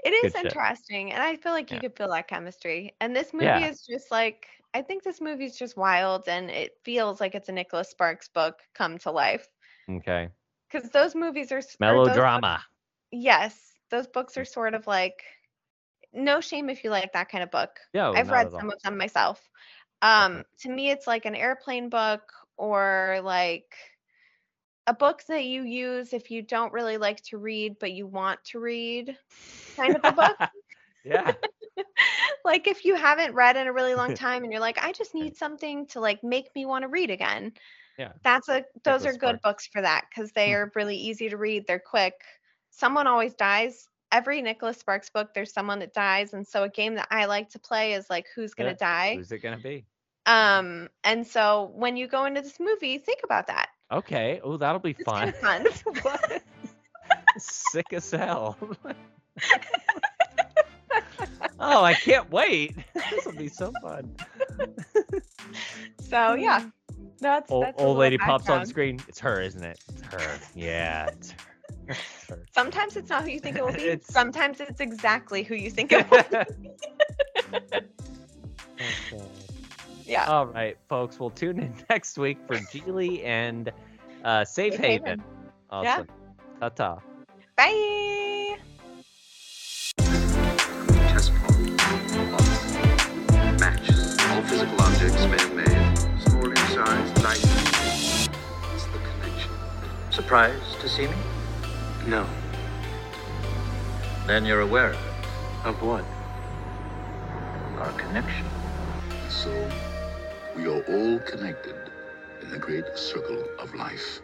it is Good shit. interesting, and I feel like you Yeah. could feel that chemistry. And this movie Yeah. is just like I think this movie is just wild, and it feels like it's a Nicholas Sparks book come to life okay. because those movies are s- or those books- Melodrama. Mm. yes, those books are sort of like no shame if you like that kind of book. Yeah. I've Oh, not read at all. some of them myself. Um, to me, it's like an airplane book or like a book that you use if you don't really like to read but you want to read, kind <laughs> of a book. <laughs> yeah. like if you haven't read in a <laughs> really long time and you're like, I just need something to like make me want to read again. Yeah. that's a those are Nicholas good Sparks. books for that because they Hmm. are really easy to read. They're quick. Someone always dies. Every Nicholas Sparks book, there's someone that dies, and so a game that I like to play is like, who's gonna Yeah. die? Who's it gonna be? Um, and so when you go into this movie, think about that. Okay. Oh, that'll be It's fun. kind of fun. <laughs> What? <laughs> Sick as hell. oh, I can't wait. <laughs> this will be so fun. So Oh, yeah, <laughs> that's Old, that's a old little lady pops on background. screen. It's her, isn't it? It's her. Yeah. It's her. <laughs> It's her. Sometimes it's not who you think it will be. <laughs> It's- Sometimes it's exactly who <laughs> you think it will. be. Yeah. All right, folks. We'll tune in <laughs> next week for Geely and uh, Safe Safe Haven. Haven. Awesome. Ta ta. Bye. Chess pawn. Lock. Matches. All physical objects man-made. Small in size, light. It's the connection. Surprised to see me? No. Then you're aware Of what? of our connection. So, we are all connected in the great circle of life.